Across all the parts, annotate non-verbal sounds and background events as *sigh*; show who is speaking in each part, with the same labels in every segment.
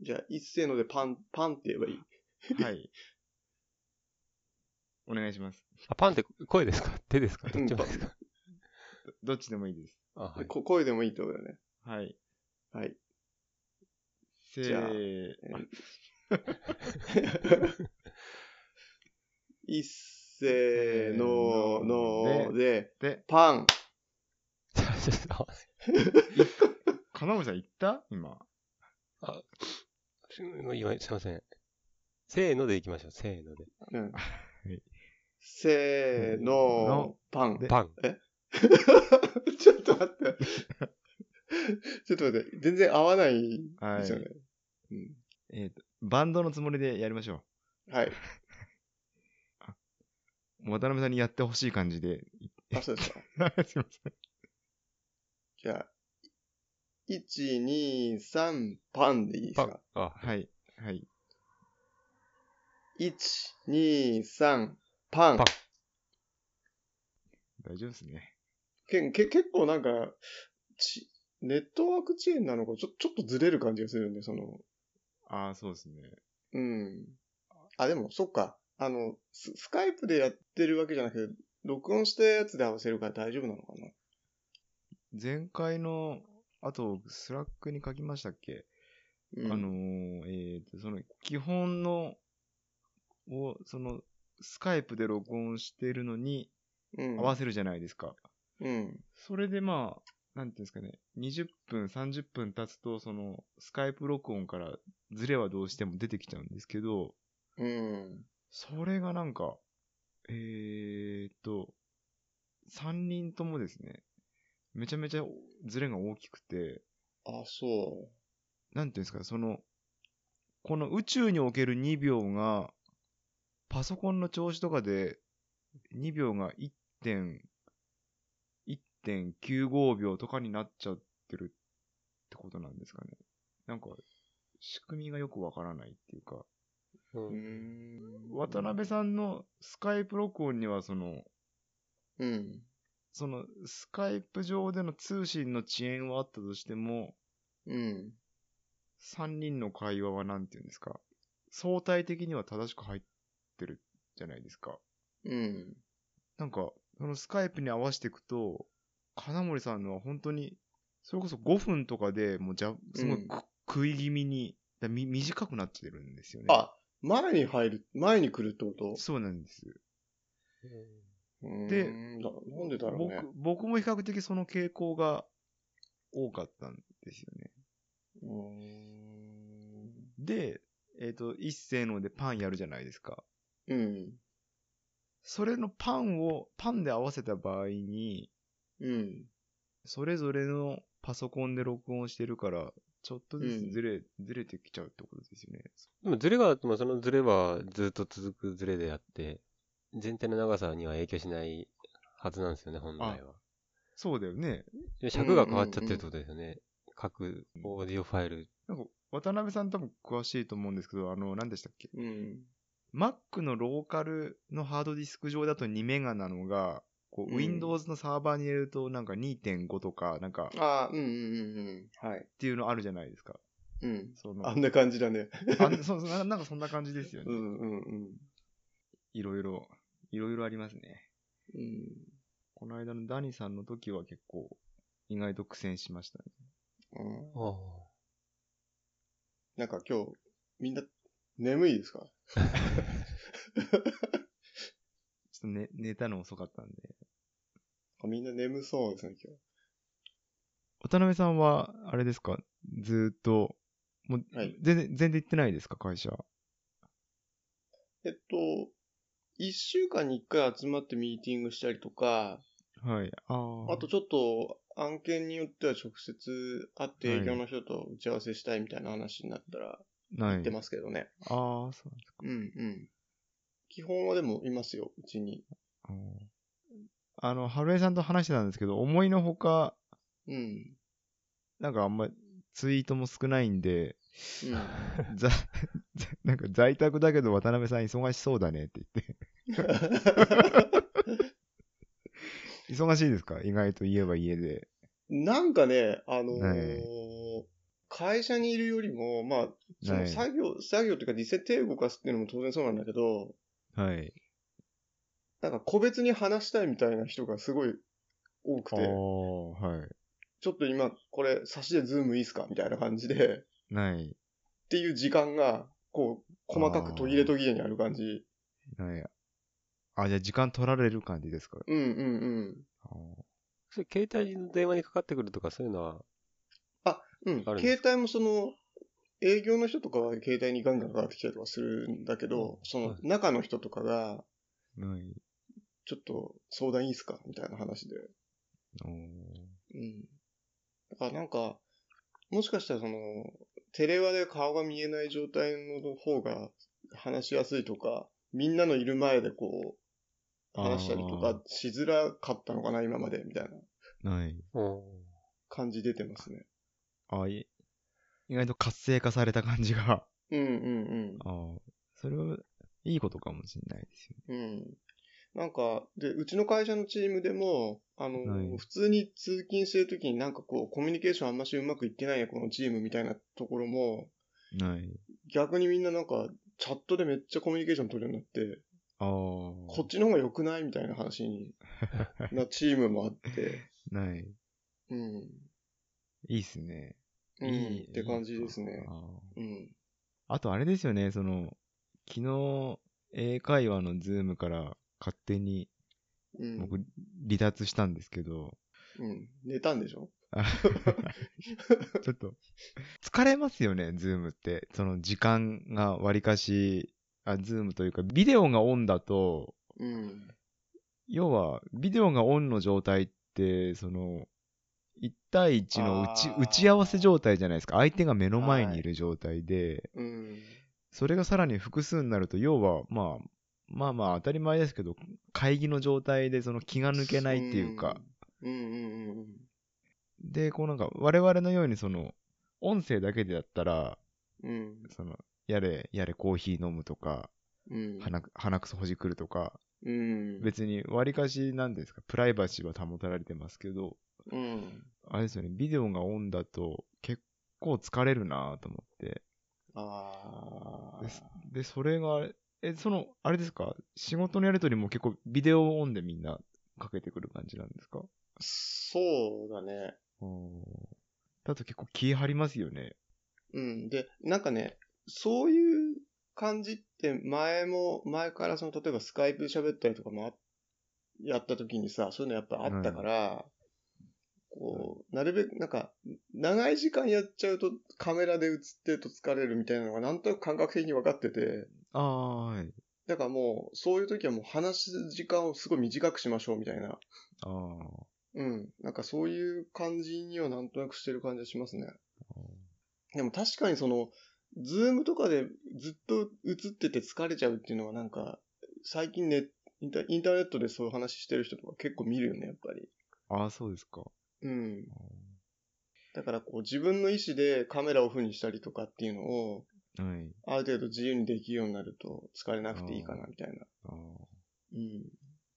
Speaker 1: じゃあ、一斉のでパン、パンって言えばいい。
Speaker 2: はい。お願いします。
Speaker 3: あ、パンって声ですか手ですかどっちも
Speaker 1: うん
Speaker 3: ですか
Speaker 2: どっちでもいいです。
Speaker 3: あ、 *laughs* はい。
Speaker 1: こ声でもいいってことだよね。
Speaker 2: はい。 *laughs*
Speaker 1: はい。
Speaker 2: せ
Speaker 1: じゃあ
Speaker 2: ー、
Speaker 1: 一斉のので、
Speaker 2: で、
Speaker 1: パン。
Speaker 3: ちょっと
Speaker 2: 金森さん言った今。
Speaker 3: すごい今すいません。せーのでいきましょう。せーので。
Speaker 1: うん
Speaker 2: い
Speaker 1: せーの
Speaker 2: の、
Speaker 1: パン。
Speaker 3: パン。
Speaker 1: *laughs* ちょっと待って。ちょっと待って。全然合わない
Speaker 2: は
Speaker 1: ですよね
Speaker 2: い。。えっ、と、バンドのつもりでやりましょ
Speaker 1: うんはい。
Speaker 2: う。もう渡辺さんにやってほしい感
Speaker 1: *laughs*
Speaker 2: じで。
Speaker 1: あ、そうですか。
Speaker 2: すいません。
Speaker 1: じゃあ、1、2、3、パンでいいです
Speaker 3: パ
Speaker 1: か
Speaker 3: ン。あ、
Speaker 2: はい。はい。
Speaker 1: 1、2、3、パン
Speaker 3: パン。
Speaker 2: 大丈夫ですね。
Speaker 1: けけ結構なんかち、ネットワーク遅延なのか、ちょちょっとずれる感じがするんで、その、
Speaker 2: ああ、そうですね。
Speaker 1: うん。あ、でも、そっか。あの、ススカイプでやってるわけじゃなくて、録音したやつで合わせるから大丈夫なのかな
Speaker 2: 前回の、あと、スラックに書きましたっけ、
Speaker 1: うん
Speaker 2: あのー、えっ、と、その、基本の、を、その、スカイプで録音してるのに
Speaker 1: うん。
Speaker 2: 合わせるじゃないですか。
Speaker 1: うん。
Speaker 2: それでまあ、なんていうんですかね、20分、30分経つと、その、スカイプ録音からズレはどうしても出てきちゃうんですけど、
Speaker 1: うん。
Speaker 2: それがなんか、えー、っと、3人ともですね、めちゃめちゃズレが大きくて、
Speaker 1: あ、そ
Speaker 2: なんていうんですか、その、この宇宙における2秒が、パソコンの調子とかで、2秒が1点、1.95秒とかになっちゃってるってことなんですかね。なんか、仕組みがよくわからないっていうか、
Speaker 3: う。
Speaker 1: う。うんん。
Speaker 2: 渡辺さんのスカイプ録音にはその、
Speaker 1: うん。
Speaker 2: そのスカイプ上での通信の遅延はあったとしても、
Speaker 1: うん。
Speaker 2: 3人の会話はなんていうんですか、相対的には正しく入ってるじゃないですか。
Speaker 1: うん。
Speaker 2: なんか、そのスカイプに合わせていくと、金森さんのは本当に、それこそ5分とかでもうじゃ、すごいく、
Speaker 1: うん
Speaker 2: 食い気味に、だみ短くなってるんですよね。
Speaker 1: あ、前に入る、前に来るってこと
Speaker 2: そうなんです。
Speaker 1: で、ななんでだろうね。
Speaker 2: 僕、僕も比較的その傾向が多かったんですよね。
Speaker 1: うーん。
Speaker 2: で、えっ、と、一斉のでパンやるじゃないですか。
Speaker 1: うん。
Speaker 2: それのパンを、パンで合わせた場合に、
Speaker 1: うん。
Speaker 2: それぞれのパソコンで録音してるから、ちょっとずつずれ、ずれてきちゃうってことですよね。
Speaker 3: でもズレがあっても、そのズレはずっと続くズレであって、全体の長さには影響しないはずなんですよね、本来は。
Speaker 2: そうだよね。
Speaker 3: で尺が変わっちゃってるってことですよね。各オーディオファイル。
Speaker 2: なんか、渡辺さん多分詳しいと思うんですけど、あの、何でしたっけ
Speaker 1: うん。
Speaker 2: ?Mac のローカルのハードディスク上だと2メガなのが、こう、
Speaker 1: うん
Speaker 2: Windows のサーバーに入れるとなんか2.5とか、なんかっ
Speaker 1: ああ、うんうんうんうん。はい。
Speaker 2: ていうのあるじゃないですか。
Speaker 1: うん。
Speaker 2: その、
Speaker 1: あんな感じだね。
Speaker 2: あんそうそうななんかそんな感じですよ
Speaker 1: う
Speaker 2: ね。
Speaker 1: んうんうん。
Speaker 2: いろいろ、いろいろありますね。
Speaker 1: うん、
Speaker 2: この間のダニさんの時は結構意外と苦戦しましたね。
Speaker 1: うん
Speaker 3: あ
Speaker 1: なんか今日、みんな、眠いですか
Speaker 2: ちょっと寝寝たの遅かったんで。
Speaker 1: あみんな眠そうですね、今
Speaker 2: 渡辺さんは、あれですかずーっと、もう、
Speaker 1: はい
Speaker 2: 全然、全然行ってないですか会社。
Speaker 1: 日。えっと、一週間に一回集まってミーティングしたりとか、
Speaker 2: はい。ああ。
Speaker 1: あと、ちょっと案件によっては直接会って営業の人と打ち合わせしたいみたいな話になったら
Speaker 2: な
Speaker 1: 言
Speaker 2: い
Speaker 1: って。ますけどね。
Speaker 2: ああ、そうなんですか
Speaker 1: うんうん。基本はでもいますよ、うちに。
Speaker 2: あー。あの、春江さんと話してたんですけど、思いのほか、
Speaker 1: うん。
Speaker 2: なんかあんま、ツイートも少ないんで、
Speaker 1: うん。
Speaker 2: *laughs* ざ、なんか在宅だけど渡辺さん忙しそうだねって言って。 *laughs* 忙しいですか意外と言えば家で。
Speaker 1: なんかね、あのー
Speaker 2: はい
Speaker 1: 会社にいるよりも、まあ、そ
Speaker 2: は
Speaker 1: の
Speaker 2: い
Speaker 1: 作業、作業っていうか、実際手動かすっていうのも当然そうなんだけど、
Speaker 2: はい。
Speaker 1: なんか個別に話したいみたいな人がすごい多く
Speaker 2: あ
Speaker 1: て、
Speaker 2: あ、はい。
Speaker 1: ちょっと今これ差しでズームいいっすかみたいな感じで、っ *laughs*
Speaker 2: ない。
Speaker 1: ていう時間が、こう、細かく途切れ途切れにある感じ。
Speaker 2: ない。あ、じゃあ時間取られる感じですか。
Speaker 1: うんうんうん。
Speaker 2: あー
Speaker 3: それ携帯の電話にかかってくるとかそういうのは、
Speaker 1: うん
Speaker 3: あるん、で
Speaker 1: 携帯もその、営業の人とかは携帯にガンガンかかってきたりとかするんだけど、そ
Speaker 3: は
Speaker 1: の
Speaker 3: い
Speaker 1: 中の人とかが、
Speaker 2: ない。
Speaker 1: ちょっと相談いいっすかみたいな話で。
Speaker 2: おー
Speaker 1: うん。だからなんか、もしかしたらその、テレワで顔が見えない状態の方が話しやすいとか、みんなのいる前でこう、話したりとかしづらかったのかな、今まで、みたいな
Speaker 2: ない。
Speaker 1: 感じ出てますね。
Speaker 2: あい意外と活性化された感じ *laughs* が。
Speaker 1: うんうん
Speaker 2: あーそれは、いいことかもしれないですよね。
Speaker 1: うん。うん。なんか、で、うちの会社のチームでも、あの、
Speaker 2: はい
Speaker 1: 普通に通勤してるときになんかこう、コミュニケーションあんましうまくいってないや、このチームみたいなところも、
Speaker 2: ない。
Speaker 1: 逆にみんななんか、チャットでめっちゃコミュニケーション取るようになって、
Speaker 2: ああ。
Speaker 1: こっちの方が良くないみたいな話に
Speaker 2: *laughs*
Speaker 1: なチームもあって、
Speaker 2: ない。
Speaker 1: うん。
Speaker 2: いいっすね。
Speaker 1: うん、
Speaker 2: いい。
Speaker 1: って感じですね。
Speaker 2: あー
Speaker 1: うん。
Speaker 2: あとあれですよね、その、昨日、英会話のズームから勝手に
Speaker 1: うん。
Speaker 2: 僕離脱したんですけど、
Speaker 1: うん。寝たんでしょ
Speaker 2: あちょっと、 *laughs* 疲れますよね、ズームって。その時間がわりかし、あ、ズームというか、ビデオがオンだと、
Speaker 1: うん。
Speaker 2: 要は、ビデオがオンの状態って、その、1対1の打ち
Speaker 1: あー
Speaker 2: 打ち合わせ状態じゃないですか。相手が目の前にいる状態で、
Speaker 1: うん。
Speaker 2: それがさらに複数になると、要は、まあ、まあまあ当たり前ですけど、会議の状態でその気が抜けないっていうか、
Speaker 1: うん。うんうんうん
Speaker 2: で、こうなんか我々のようにその、音声だけでだったら、
Speaker 1: うん。うん。
Speaker 2: その、やれ、やれコーヒー飲むとか、
Speaker 1: うん。
Speaker 2: 鼻く鼻くそほじくるとか、
Speaker 1: うん。
Speaker 2: 別に割かしなんですか、プライバシーは保たれてますけど、
Speaker 1: うん。
Speaker 2: あれですよね、ビデオがオンだと結構疲れるなぁと思って。
Speaker 1: ああ。
Speaker 2: ですで、それが、え、その、あれですか仕事のやりとりも結構ビデオオンでみんなかけてくる感じなんですか
Speaker 1: そうだね。
Speaker 2: だと結構気張りますよね。
Speaker 1: うん。で、なんかね、そういう感じって前も、前からその、例えばスカイプで喋ったりとかもあやった時にさ、そういうのやっぱあったから、こう、なるべく、なんか、長い時間やっちゃうとカメラで映ってると疲れるみたいなのがなんとなく感覚的に分かってて、
Speaker 2: ああ、はい。
Speaker 1: だからもう、そういう時はもう話す時間をすごい短くしましょうみたいな。
Speaker 2: あー
Speaker 1: うん。なんかそういう感じにはなんとなくしてる感じがしますね。でも確かにその、ズームとかでずっと映ってて疲れちゃうっていうのはなんか、最近ね、インタインターネットでそういう話してる人とか結構見るよね、やっぱり。
Speaker 2: あー、そうですか。
Speaker 1: うん。だからこう自分の意思でカメラオフにしたりとかっていうのを、
Speaker 2: はい。
Speaker 1: ある程度自由にできるようになると疲れなくていいかな、みたいな。
Speaker 2: あー
Speaker 1: うん。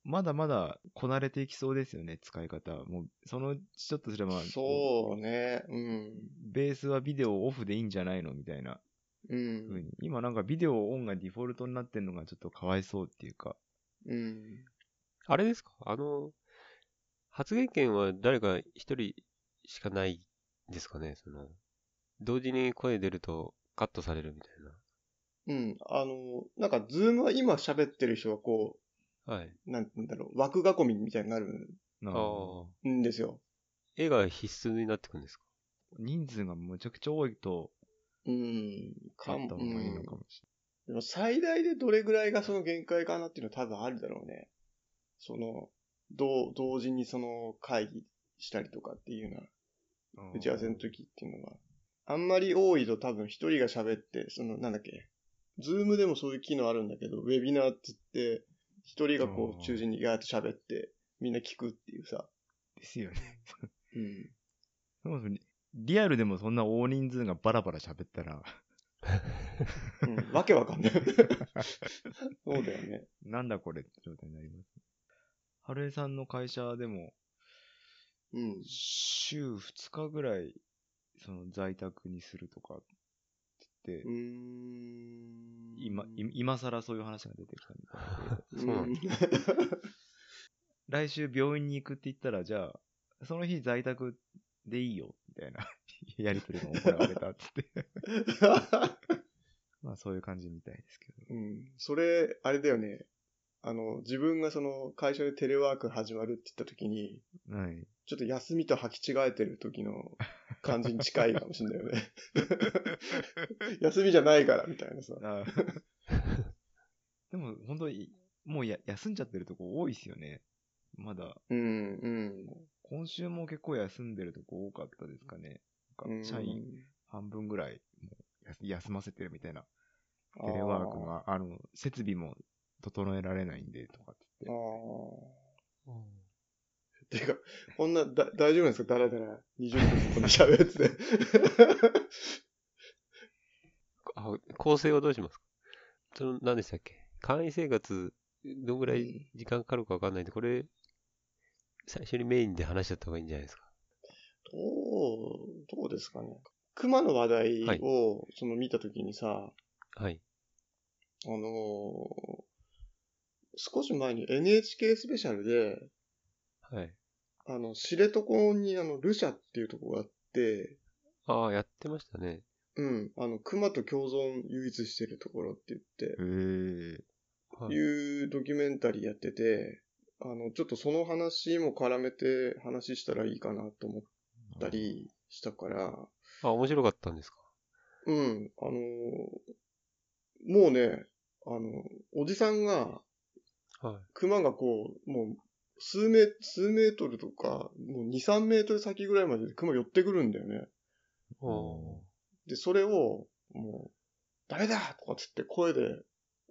Speaker 2: まだまだこなれていきそうですよね、使い方。もう、そのうちちょっとすれば、
Speaker 1: そうね、うん。
Speaker 2: ベースはビデオオフでいいんじゃないのみたいな
Speaker 1: う
Speaker 2: 風
Speaker 1: ん。
Speaker 2: に。今なんかビデオオンがデフォルトになってるのがちょっとかわいそうっていうか。
Speaker 1: うん。
Speaker 3: あれですかあの、発言権は誰か一人しかないですかねその、同時に声出るとカットされるみたい
Speaker 1: うん。あの、なんかズームは今喋ってる人はこ
Speaker 3: な。はい。
Speaker 1: う、なんて言うんだろう、枠囲みみたいになる
Speaker 2: な
Speaker 3: あ
Speaker 2: んか
Speaker 3: あ。
Speaker 1: んですよ。
Speaker 3: 絵が必須になってくるんですか
Speaker 2: 人数がむちゃくちゃ多いと、
Speaker 1: うん。
Speaker 2: あった
Speaker 1: も
Speaker 2: 方がいいのか
Speaker 1: うん
Speaker 2: もし
Speaker 1: でも最大でどれぐらいがその限界かなっていうのは多分あるだろうね。その、同、同時にその会議したりとかっていうよ
Speaker 2: れな
Speaker 1: う
Speaker 2: い。
Speaker 1: な、打ち合わせの時っていうのは。あんまり多いと多分一人が喋って、その、なんだっけ。ズームでもそういう機能あるんだけど、ウェビナーって言って、一人がこ
Speaker 2: あー
Speaker 1: う中心にガーッと喋って、みんな聞くっていうさ。
Speaker 2: ですよね。 *laughs*
Speaker 1: うん。
Speaker 2: そもそもリアルでもそんな大人数がバラバラ喋ったら、
Speaker 1: うん、わけわかんない。 *laughs* そうだよね。
Speaker 2: なんだこれって状態になります。春江さんの会社でも、
Speaker 1: うん。
Speaker 2: 週2日ぐらい、その在宅にするとかってって
Speaker 1: うー、ん。
Speaker 2: 今、い今更そういう話が出てきたみたいで。
Speaker 3: そうなん
Speaker 1: だ。
Speaker 2: 来週病院に行くって言ったら、じゃあ、その日在宅でいいよ、みたいな *laughs* やりとりが行われたっつって。 *laughs* まあそういう感じみたいですけど。
Speaker 1: うん。それ、あれだよね。あの、自分がその会社でテレワーク始まるって言った時に、
Speaker 2: はい。
Speaker 1: ちょっと休みと履き違えてる時の感じに近いかもしれないよ *laughs* ね。休みじゃないから、みたいなさ。
Speaker 2: あ *laughs* でも本当に、もうや休んじゃってるとこ多いですよね。まだ、
Speaker 1: うん、うん
Speaker 2: 今週も結構休んでるとこ多かったですかね。
Speaker 1: う
Speaker 2: なん
Speaker 1: ん。
Speaker 2: か社員半分ぐらいもう休休ませてるみたいな。テレワークが、あの、設備も整えられないんで、とかっ
Speaker 1: あ
Speaker 2: て言っ
Speaker 1: ー。
Speaker 3: うん
Speaker 1: ていうか、こんな、だ、大丈夫なんですかだらだら20分こんな喋ってて。
Speaker 3: あ構成はどうしますかその、何でしたっけ会員生活、どんぐらい時間かかるかわかんないんで、これ、最初にメインで話しちゃった方がいいんじゃないですか。
Speaker 1: どう、どうですかね。熊の話題を、
Speaker 3: はい
Speaker 1: その見たときにさ、
Speaker 3: はい。
Speaker 1: あのー少し前に NHK スペシャルで、
Speaker 3: はい。
Speaker 1: あの、知床にあの、ルシャっていうとこがあって、
Speaker 3: ああ、やってましたね。
Speaker 1: うん、あの、熊と共存唯一してるところって言って、
Speaker 2: て。え
Speaker 3: はい。
Speaker 1: いうドキュメンタリーやってて、あの、ちょっとその話も絡めて話したらいいかなと思ったりしたから、
Speaker 3: あ、面白かったんですか。
Speaker 1: うん、あのーもうね、あのおじさんが、
Speaker 3: は
Speaker 1: 熊がこう、もう、数メ、数メートルとか、もう2、3メートル先ぐらいまで熊寄ってくるんだよね。
Speaker 3: い。お
Speaker 1: で、それを、もう、ダメだとかつって声で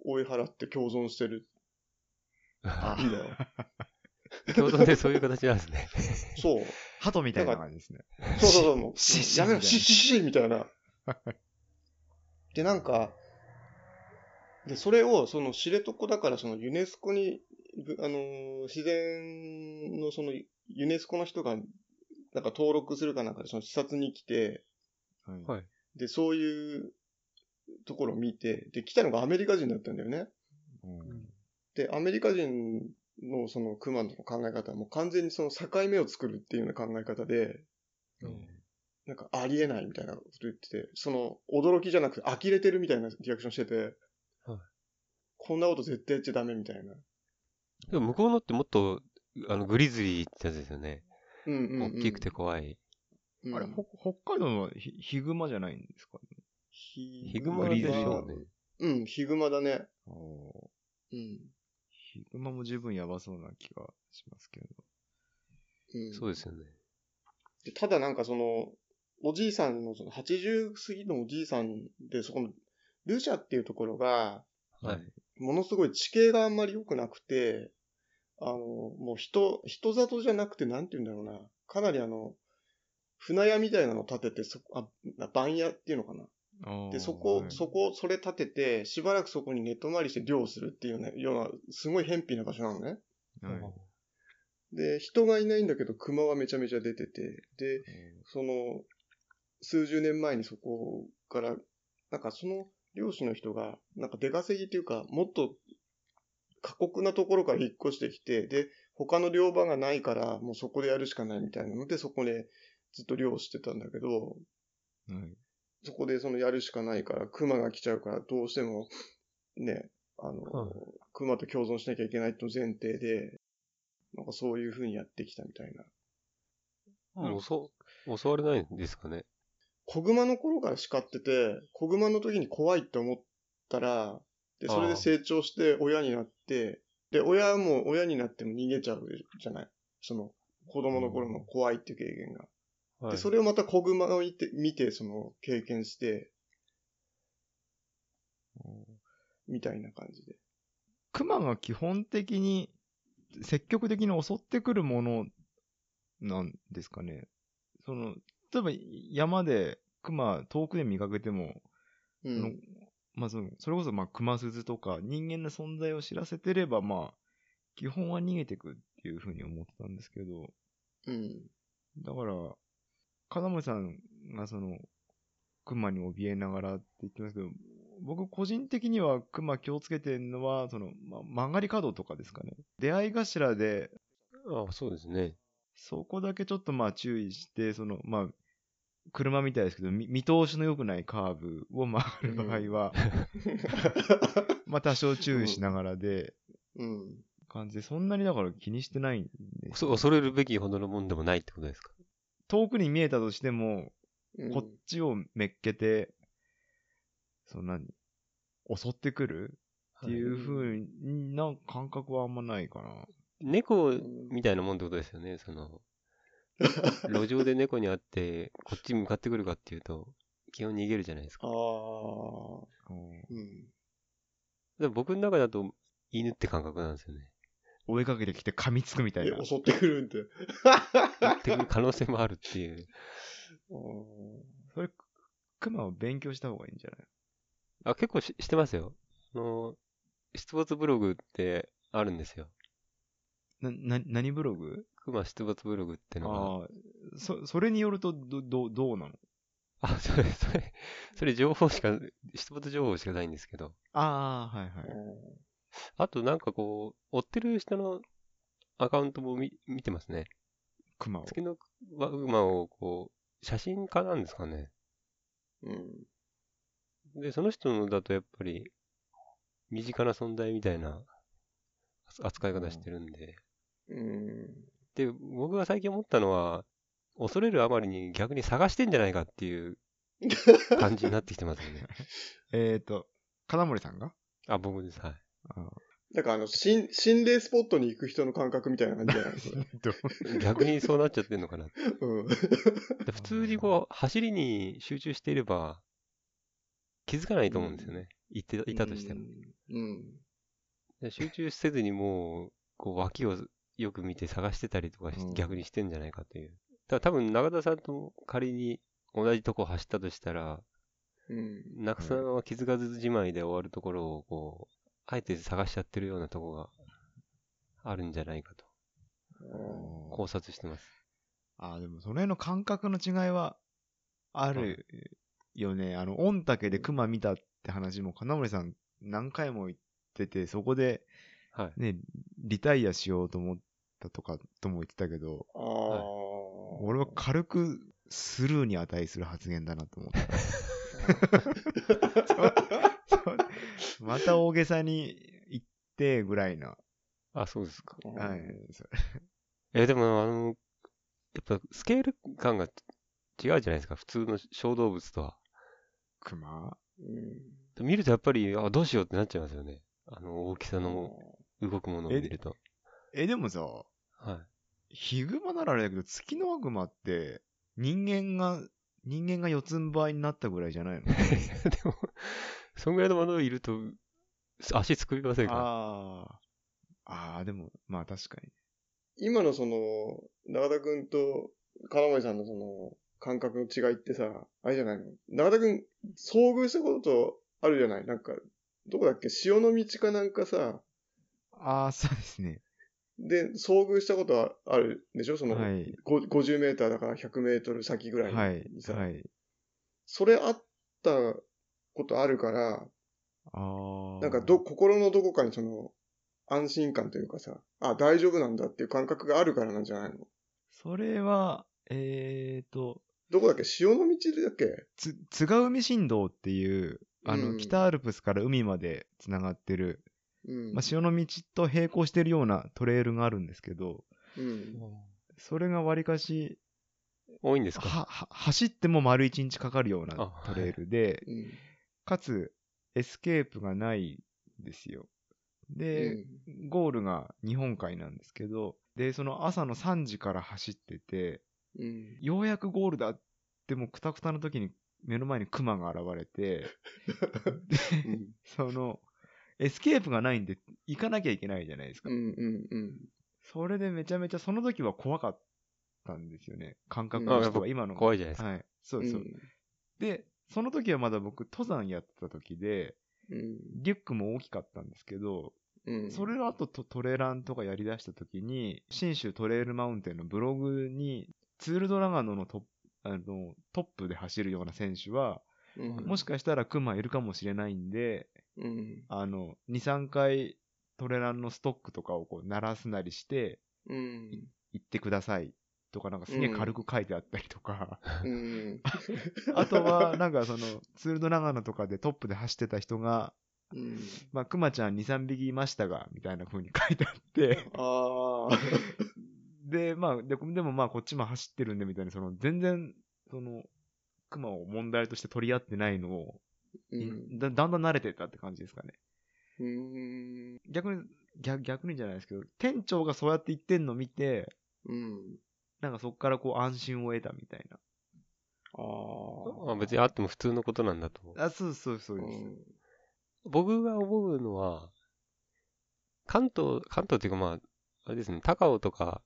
Speaker 1: 追い払って共存してる。
Speaker 3: ー
Speaker 1: いいんだよ。
Speaker 3: *laughs* 共存でそういう形なんですね。
Speaker 1: そう。
Speaker 2: 鳩みたいな感じですね。
Speaker 1: そうそうそう、もう、
Speaker 2: *laughs* シッシッ
Speaker 1: やめろ、
Speaker 2: みたいな
Speaker 1: シッシッシッみたいな。で、
Speaker 2: *laughs*
Speaker 1: なんか、で、それを、その、知床だから、その、ユネスコに、ぶあのー自然の、その、ユネスコの人が、なんか登録するかなんかで、その、視察に来て、
Speaker 2: はい
Speaker 3: はい
Speaker 1: で、そういうところを見て、で、来たのがアメリカ人だったんだよね。
Speaker 2: うん
Speaker 1: で、アメリカ人の、その、熊の考え方は、もう完全にその、境目を作るっていうような考え方で、
Speaker 3: うん
Speaker 1: なんかありえないみたいなこと言ってて、その驚きじゃなくて呆れてるみたいなリアクションしてて、
Speaker 3: はい
Speaker 1: こんなこと絶対やっちゃダメみたいな。
Speaker 3: でも向こうのってもっと、あの、グリズリーってやつですよね。
Speaker 1: うんうん、う
Speaker 3: 大
Speaker 1: ん。
Speaker 3: きくて怖い。
Speaker 1: うん、
Speaker 2: あれ、ほ北海道のヒヒグマじゃないんですか
Speaker 1: ヒ
Speaker 3: ヒグマでしょうね。
Speaker 1: うん、ヒグマだね。
Speaker 2: お
Speaker 1: うん。
Speaker 2: ヒグマも十分やばそうな気がしますけど。
Speaker 1: うん、
Speaker 3: そうですよね。
Speaker 1: でただなんかその、おじいさんの、その80過ぎのおじいさんで、そこの、ルシャっていうところが、
Speaker 3: はい。
Speaker 1: ものすごい地形があんまり良くなくて、あの、もう人、人里じゃなくて、なんて言うんだろうな。かなりあの、船屋みたいなの建てて、そこ、あ、番屋っていうのかな。
Speaker 2: あー
Speaker 1: で、そこ、
Speaker 2: はい
Speaker 1: そこ、それ建てて、しばらくそこに寝泊まりして漁をするっていうね、ような、すごい偏僻な場所なのね。
Speaker 2: はい
Speaker 1: で、人がいないんだけど、熊はめちゃめちゃ出てて、で、その、数十年前にそこから、なんかその漁師の人が、なんか出稼ぎというか、もっと過酷なところから引っ越してきて、で、他の漁場がないから、もうそこでやるしかないみたいなので、そこでずっと漁をしてたんだけど、
Speaker 2: はい
Speaker 1: そこでそのやるしかないから、熊が来ちゃうから、どうしても、ね、あの、
Speaker 3: はい
Speaker 1: 熊と共存しなきゃいけないと前提で、なんかそういう風にやってきたみたいな。
Speaker 3: もうそう、襲われないんですかね。
Speaker 1: 子熊の頃から叱ってて、子熊の時に怖いって思ったら、で、それで成長して親になって、で、親も親になっても逃げちゃうじゃない。その、子供の頃の怖いっていう経験が。
Speaker 3: はい、
Speaker 1: で、それをまた子熊を見て、見て、その、経験して、みたいな感じで。
Speaker 2: 熊が基本的に積極的に襲ってくるものなんですかね。その、例えば山で熊遠くで見かけても、
Speaker 1: う
Speaker 2: その
Speaker 1: ん。
Speaker 2: まあその、それこそまあ熊鈴とか人間の存在を知らせてればまあ、基本は逃げてくっていうふうに思ってたんですけど、
Speaker 1: うん。
Speaker 2: だから、金森さんがその、熊に怯えながらって言ってますけど、僕個人的には熊気をつけてるのは、その、ま、曲がり角とかですかね。出会い頭で、
Speaker 3: ああ、そうですね。
Speaker 2: そこだけちょっとまあ注意して、その、まあ、車みたいですけど、み見通しの良くないカーブを曲がる場合は、まあ多少注意しながらで、
Speaker 1: *laughs* うん。
Speaker 2: 感じで、そんなにだから気にしてないんで、
Speaker 3: そ恐れるべきほどのもんでもないってことですか。
Speaker 2: 遠くに見えたとしても、
Speaker 1: うん
Speaker 2: こっちをめっけて、その何襲ってくるっていう風な感覚はあんまないかな。
Speaker 3: 猫みたいなもんってことですよね。そ
Speaker 1: *laughs*
Speaker 3: の、路上で猫に会って、こっちに向かってくるかっていうと、基本逃げるじゃないですか。
Speaker 1: ああ。うん。
Speaker 3: でも僕の中だと、犬って感覚なんですよね。
Speaker 2: 追いかけてきて噛みつくみたいな
Speaker 1: え、。襲ってくるんで。
Speaker 3: 追ってくる可能性もあるっていう。
Speaker 2: それ、熊を勉強した方がいいんじゃない
Speaker 3: あ、結構ししてますよ。あの、出没ブログってあるんですよ。
Speaker 2: な、な、何ブログ
Speaker 3: 熊出没ブログってのが。
Speaker 2: ああ、そ、それによると、ど、ど、どうなの
Speaker 3: あ、それ、それ、それ情報しか、出没情報しかないんですけど。
Speaker 2: ああ、はいはい。
Speaker 3: あとなんかこう、追ってる人のアカウントも見見てますね。
Speaker 2: 熊を。
Speaker 3: 月の馬をこう、写真家なんですかね。
Speaker 1: うん。
Speaker 3: で、その人のだとやっぱり、身近な存在みたいな扱い方してるんで。
Speaker 1: うん。
Speaker 3: で、僕が最近思ったのは、恐れるあまりに逆に探してんじゃないかっていう感じになってきてますよね。
Speaker 2: えっ、ー、と、金森さんが
Speaker 3: あ、僕です。はい。
Speaker 2: ああ
Speaker 1: なんかあの、心、心霊スポットに行く人の感覚みたいな感じじゃないですか。
Speaker 2: *laughs* *laughs* ど
Speaker 3: 逆にそうなっちゃってんのかな。
Speaker 1: うん。
Speaker 3: で普通にこう、走りに集中していれば、気づかないと思うんですよね。いていたとしても。
Speaker 1: うん。
Speaker 3: で集中せずにもう、こう、脇をよく見て探してたりとかし、
Speaker 2: うん
Speaker 3: 逆にしてんじゃないかという。ただ多分、中田さんと仮に同じとこ走ったとしたら、
Speaker 1: うん。
Speaker 3: 中田さんは気づかずじまいで終わるところを、こう、あえて探しちゃってるようなとこがあるんじゃないかと、
Speaker 2: こう
Speaker 3: 考察してます。
Speaker 2: ああ、でもその辺の感覚の違いはあるよね。あの、御嶽で熊見たって話も金森さん何回も言ってて、そこで
Speaker 3: はい。
Speaker 2: ね、リタイアしようと思ったとかとも言ってたけど、
Speaker 1: ああ。
Speaker 2: 俺は軽くスルーに値する発言だなと思った。そうまた大げさに言ってぐらいな。
Speaker 3: あ、そうですか。
Speaker 2: はい。そ
Speaker 3: え、でも、あの、やっぱスケール感が違うじゃないですか、普通の小動物とは。
Speaker 2: 熊
Speaker 1: うん。
Speaker 3: 見るとやっぱり、あ、どうしようってなっちゃいますよね。あの、大きさの動くものを見ると。
Speaker 2: え、でもさ、
Speaker 3: はい。 *laughs*
Speaker 2: ヒグマならあれだけど、ツキノワグマって、人間が、人間が四つん這いになったぐらいじゃないの
Speaker 3: でも、そんぐらいのものいると、足作りませんか
Speaker 2: ああ。ああ、でも、まあ確かに。
Speaker 1: 今のその、長田くんと金森さんのその、感覚の違いってさ、あれじゃないの長田くん、遭遇したこととあるじゃないなんか、どこだっけ潮の道かなんかさ、
Speaker 2: ああ、そうですね。
Speaker 1: で、遭遇したことはあるでしょその、
Speaker 2: はい。
Speaker 1: ご50メーターだから100メートル先ぐら
Speaker 2: はいい
Speaker 1: に。さ、
Speaker 2: はい。
Speaker 1: それあったことあるから、
Speaker 2: ああ。
Speaker 1: なんかど、心のどこかにその、安心感というかさ、あ、大丈夫なんだっていう感覚があるからなんじゃないの
Speaker 2: それは、えーと、
Speaker 1: どこだっけ潮の道だっけ
Speaker 2: つ、津賀海振動っていう、あの、
Speaker 1: うん
Speaker 2: 北アルプスから海まで繋がってる、
Speaker 1: うん。
Speaker 2: まあ、潮の道と並行してるようなトレイルがあるんですけど、
Speaker 1: うん。
Speaker 2: それがわりかし、
Speaker 3: 多いんですか
Speaker 2: は、は、走っても丸一日かかるような
Speaker 3: あ
Speaker 2: トレイルで、
Speaker 1: うん。
Speaker 2: かつ、エスケープがないんですよ。で、ゴールが日本海なんですけど、で、その朝の3時から走ってて、
Speaker 1: うん。
Speaker 2: ようやくゴールだってもうくたくたの時に目の前にクマが現れて、
Speaker 1: うん。
Speaker 2: その、エスケープがないんで行かなきゃいけないじゃないですか
Speaker 1: う。ん。うん。うん。
Speaker 2: それでめちゃめちゃその時は怖かったんですよね。感覚
Speaker 1: あ
Speaker 2: とし
Speaker 3: やってぱ
Speaker 2: は今の。
Speaker 3: 怖いじゃないですか。
Speaker 2: はい。そうですそうです。で、その時はまだ僕、登山やってた時で、
Speaker 1: うん。
Speaker 2: リュックも大きかったんですけど、
Speaker 1: うん。
Speaker 2: それの後トトレランとかやりだした時に、信州トレイルマウンテンのブログに、ツールドラガノのトップ、あの、トップで走るような選手は、
Speaker 1: うん
Speaker 2: もしかしたらクマいるかもしれないんで、
Speaker 1: うん。
Speaker 2: あの、2、3回トレランのストックとかをこう鳴らすなりして、
Speaker 1: うん。
Speaker 2: 行ってくださいとかなんかすげえ軽く書いてあったりとか、
Speaker 1: うん。
Speaker 2: あとはなんかその、ツールド長野とかでトップで走ってた人が、
Speaker 1: うん。
Speaker 2: まあ、クマちゃん2、3匹いましたが、みたいな風に書いて
Speaker 1: *laughs*
Speaker 2: あって、
Speaker 1: ああ。
Speaker 2: で、まあ、ででもまあこっちも走ってるんでみたいな、その全然、その、クマを問題として取り合ってないのを、
Speaker 1: うん。
Speaker 2: だだんだん慣れてったって感じですかね。
Speaker 1: うん。
Speaker 2: 逆に、逆逆にじゃないですけど、店長がそうやって言ってんの見て、
Speaker 1: うん。
Speaker 2: なんかそっからこう安心を得たみたい
Speaker 1: ああ。
Speaker 3: まあ別にあっても普通のことなんだと思う。
Speaker 2: な。あ、そうそうそうです。
Speaker 3: 僕が思うのは、関東、関東っていうかまあ、あれですね、高尾とか、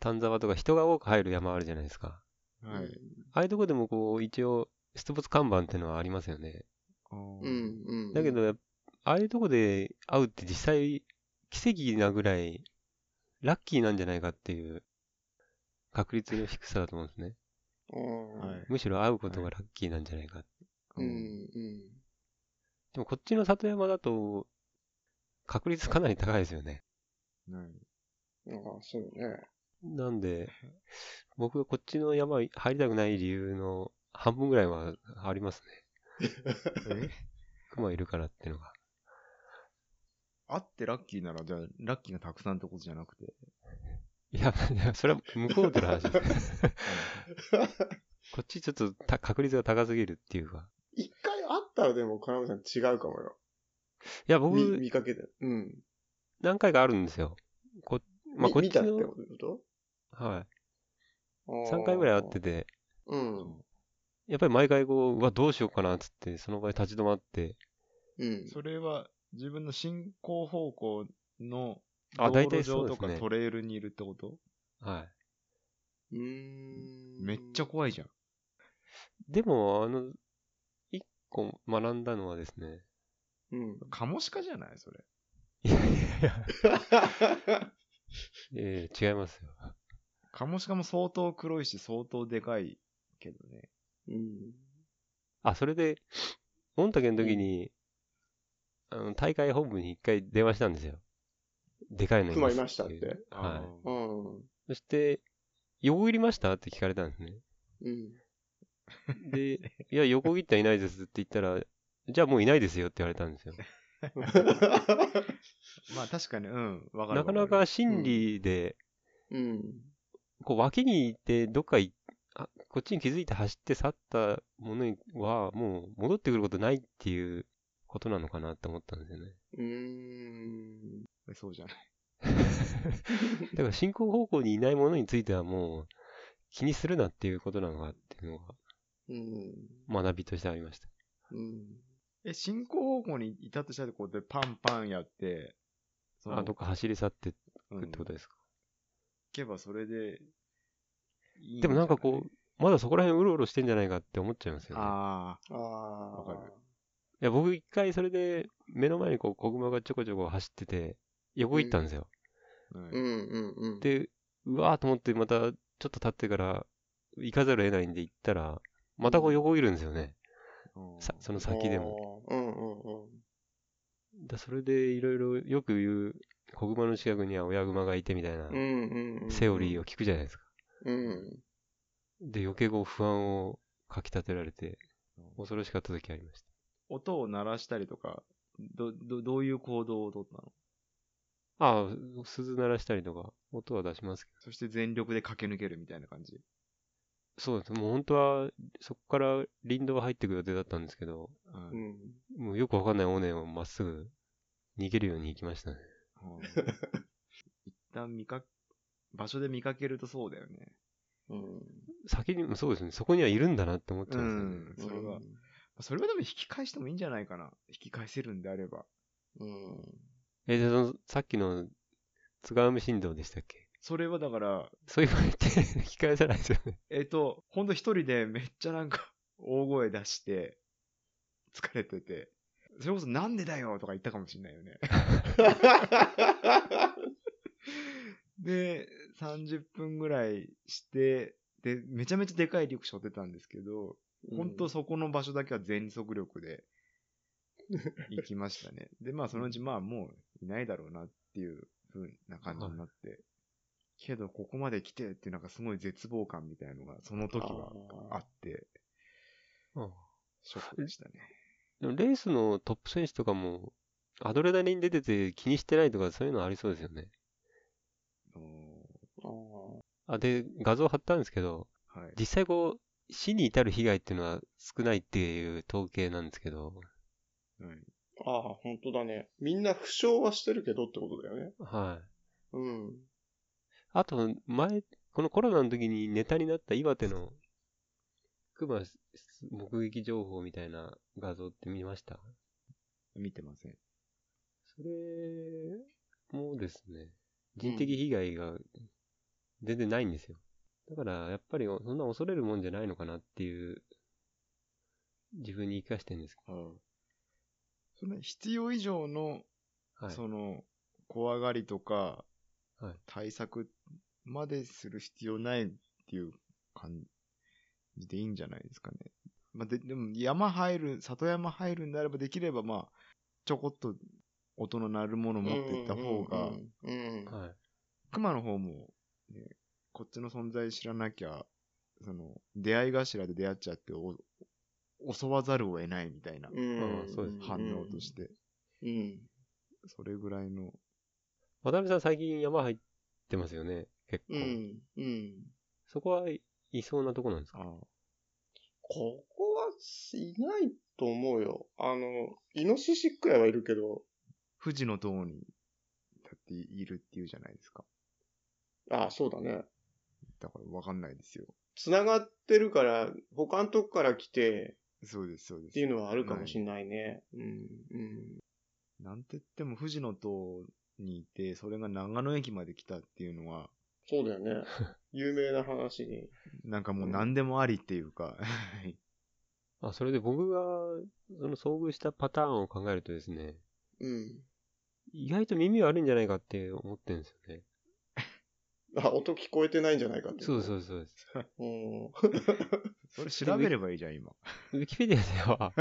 Speaker 3: 丹沢とか人が多く入る山あるじゃないですか。
Speaker 1: は
Speaker 2: はいい。。
Speaker 3: ああいうとこでもこう、一応、出没看板っていうのはありますよね。
Speaker 2: あー
Speaker 1: うん。うん。
Speaker 3: だけど、やっぱああいうとこで会うって実際、奇跡なぐらい、ラッキーなんじゃないかっていう、確率の低さだと思うんですね。
Speaker 1: うん、
Speaker 2: はい。
Speaker 3: むしろ会うことがラッキーなんじゃないか。
Speaker 1: うん。うん。
Speaker 3: でもこっちの里山だと、確率かなり高いですよ
Speaker 2: はい
Speaker 3: ね。
Speaker 1: ああ、そうね。
Speaker 3: なんで、僕がこっちの山入りたくない理由の半分ぐらいはありますね。
Speaker 2: え
Speaker 3: 熊いるからってのが。
Speaker 2: 会ってラッキーなら、じゃあ、ラッキーがたくさんってことじゃなくて。
Speaker 3: いや、いやそれは向こうでの話
Speaker 1: *laughs*
Speaker 3: ですね。こっちちょっとた確率が高すぎるっていうか。
Speaker 1: 一回会ったらでも、金村さん違うかもよ。
Speaker 3: いや、
Speaker 1: み
Speaker 3: 僕、
Speaker 1: 見かけて。うん。
Speaker 3: 何回かあるんですよ。こ、まあ、
Speaker 1: み
Speaker 3: こっ
Speaker 1: 見
Speaker 3: ち
Speaker 1: たって
Speaker 3: の、
Speaker 1: こ
Speaker 3: は
Speaker 1: と
Speaker 3: い。
Speaker 1: ああ
Speaker 3: 3回ぐらい会ってて、
Speaker 1: うん。
Speaker 3: やっぱり毎回こう、うわ、どうしようかなっつって、その場で立ち止まって、
Speaker 1: うん。
Speaker 2: それは、自分の進行方向の、
Speaker 3: あ
Speaker 2: 道
Speaker 3: 大体
Speaker 2: 路
Speaker 3: そ
Speaker 2: 上
Speaker 3: うで
Speaker 2: と
Speaker 3: すね
Speaker 2: かトレイルにいるってこと
Speaker 3: はい。
Speaker 1: うーん。
Speaker 2: めっちゃ怖いじゃん。
Speaker 3: でも、あの、一個学んだのはですね、
Speaker 1: うん。
Speaker 2: カモシカじゃないそれ。
Speaker 3: いやいやいや、ええ違いますよ。
Speaker 2: カモシカも相当黒いし、相当でかいけどね。
Speaker 1: うん。
Speaker 3: あ、それで、御嶽の時に、あの、大会本部に一回電話したんですよ。でかいの
Speaker 1: 熊いましたっ
Speaker 3: いう
Speaker 1: て。
Speaker 2: あ
Speaker 3: は
Speaker 1: う
Speaker 2: ー
Speaker 1: ん。 *laughs*
Speaker 3: い。そして、横切りましたって聞かれたんですね。
Speaker 1: うん。
Speaker 3: で、いや、横切ってはいないですって言ったら、じゃあもういないですよって言われたんですよ。
Speaker 2: まあ確かに、うん、わかる
Speaker 3: な
Speaker 2: わ
Speaker 3: か
Speaker 2: る
Speaker 3: なか心理で、
Speaker 1: うん。
Speaker 3: こう脇に行って、どっかいあこっちに気づいて走って去ったものには、もう戻ってくることないっていうことなのかなって思ったんですよね。
Speaker 1: うーん。
Speaker 2: そうじゃない。
Speaker 3: *laughs* だから進行方向にいないものについてはもう気にするなっていうことなのかっていうの
Speaker 1: うん。
Speaker 3: が学びとしてありました。
Speaker 1: うん。
Speaker 2: え、進行方向にいたとしたら、こうでパンパンやって、そ
Speaker 3: あ、どっか走り去ってい
Speaker 2: うん
Speaker 3: くってことですか。
Speaker 2: 行けばそれでいいじゃい、
Speaker 3: でもなんかこう、まだそこら辺うろうろしてんじゃないかって思っちゃいますよね。
Speaker 2: あ
Speaker 1: ああ。
Speaker 2: わかる。
Speaker 3: いや、僕一回それで目の前にこう子熊がちょこちょこ走ってて、横切ったんですよ。
Speaker 2: あ、はい
Speaker 1: うんうんうん。、
Speaker 3: で、うわーと思ってまたちょっと経ってから行かざるを得ないんで行ったら、またこう横切るんですよね。
Speaker 2: うん
Speaker 3: さその先でも。。
Speaker 1: うんうんうん。
Speaker 3: だそれでいろいろよく言う、子熊の近くには親熊がいてみたいな。
Speaker 1: うんうんうん。
Speaker 3: セオリー
Speaker 1: を。
Speaker 3: を聞くじゃないですか。
Speaker 1: うん。
Speaker 3: で、余計こう不安をかきたてられて、恐ろしかった時ありました。
Speaker 2: 音を鳴らしたりとか、ど、ど、どういう行動をとったの
Speaker 3: ああ、鈴鳴らしたりとか、音は出しますけど。
Speaker 2: そして全力で駆け抜けるみたいな感じ。
Speaker 3: そうです。もう本当は、そこから林道入ってく予定だったんですけど、
Speaker 2: うん
Speaker 1: う
Speaker 2: うん
Speaker 1: ん。
Speaker 3: もうよくわかんない尾根をまっすぐ逃げるように行きましたね。
Speaker 2: 一旦見か、場所で見かけるとそうだよね。
Speaker 1: うん。
Speaker 3: 先に、そうですね。そこにはいるんだなって思っちゃ
Speaker 2: う
Speaker 3: うんですよね。
Speaker 2: ん、それは。。それはでも引き返してもいいんじゃないかな。引き返せるんであれば。
Speaker 1: うん。
Speaker 3: え、で、その、さっきの、津川無振動でしたっけ
Speaker 2: それはだから、
Speaker 3: そう言われて、 *laughs* 引き返さないですよね。
Speaker 2: えっ、と、ほんと一人でめっちゃなんか大声出して、疲れてて、それこそなんでだよとか言ったかもしれないよね。で、30分ぐらいして、で、めちゃめちゃでかいリュック背負ってたんですけど、本当そこの場所だけは全速力で行きましたね。で、まあそのうちまあもういないだろうなっていう風な感じになって、けどここまで来てっていうなんかすごい絶望感みたいのがその時はあって、
Speaker 3: うん
Speaker 2: ショックでしたね。
Speaker 3: でもレースのトップ選手とかも、アドレナリン出てて気にしてないとかそういうのありそうですよね。
Speaker 2: あの
Speaker 1: あー
Speaker 3: あ、で、画像貼ったんですけど、
Speaker 2: ーはい。
Speaker 3: 実際こう、死に至る被害っていうのは少ないっていう統計なんですけど、
Speaker 2: はい
Speaker 1: あー、本当だね。みんな負傷はしてるけどってことだよね。
Speaker 3: はい。
Speaker 1: うん。
Speaker 3: あと、前、このコロナの時にネタになった岩手の熊目撃情報みたいな画像って見ました
Speaker 2: 見てません。
Speaker 3: それもですね、人的被害が全然ないんですよ。だから、やっぱりそんな恐れるもんじゃないのかなっていう、自分に生かしてるんですけ
Speaker 2: その必要以上の、
Speaker 3: ど。はい。
Speaker 2: その、怖がりとか
Speaker 3: はい、
Speaker 2: 対策までする必要ないっていう感じでいいんじゃないですかね。まあ、で、でも山入る、里山入るんであればできれば、まあ、ちょこっと音の鳴るもの持ってった方
Speaker 1: う
Speaker 2: が、
Speaker 1: んうんうん。
Speaker 3: はい。
Speaker 2: 熊の方も、ね、こっちの存在知らなきゃ、その、出会い頭で出会っちゃってお、襲わざるを得ないみたいな
Speaker 1: うん
Speaker 3: ああそうです
Speaker 2: 反応として、
Speaker 1: うん。
Speaker 2: それぐらいの
Speaker 3: 渡辺さん最近山入ってますよね、結構。
Speaker 1: うん。うん。
Speaker 3: そこはい、いそうなとこなんですか
Speaker 2: あ
Speaker 1: ここはいないと思うよ。あの、イノシシくらいはいるけど、
Speaker 2: 富士の塔に立っているっていうじゃないですか。
Speaker 1: ああ、そうだね。
Speaker 2: だからわかんないですよ。
Speaker 1: 繋がってるから、他のとこから来て
Speaker 2: そうです、そうです。
Speaker 1: っていうのはあるかもしんないね。うん。うん。
Speaker 2: なんて言っても富士の塔にいて、それが長野駅まで来たっていうのは、
Speaker 1: そうだよね。有名な話に。
Speaker 2: なんかもう何でもありっていうか、 *laughs*
Speaker 3: あ、それで僕が、その遭遇したパターンを考えるとですね、
Speaker 1: うん。
Speaker 3: 意外と耳悪いんじゃないかって思ってるんですよね。
Speaker 1: あ、音聞こえてないんじゃないかって。。
Speaker 3: そうそううそうです。
Speaker 1: うん。
Speaker 2: それ調べればいいじゃん、今。
Speaker 3: ウィキペディアでは、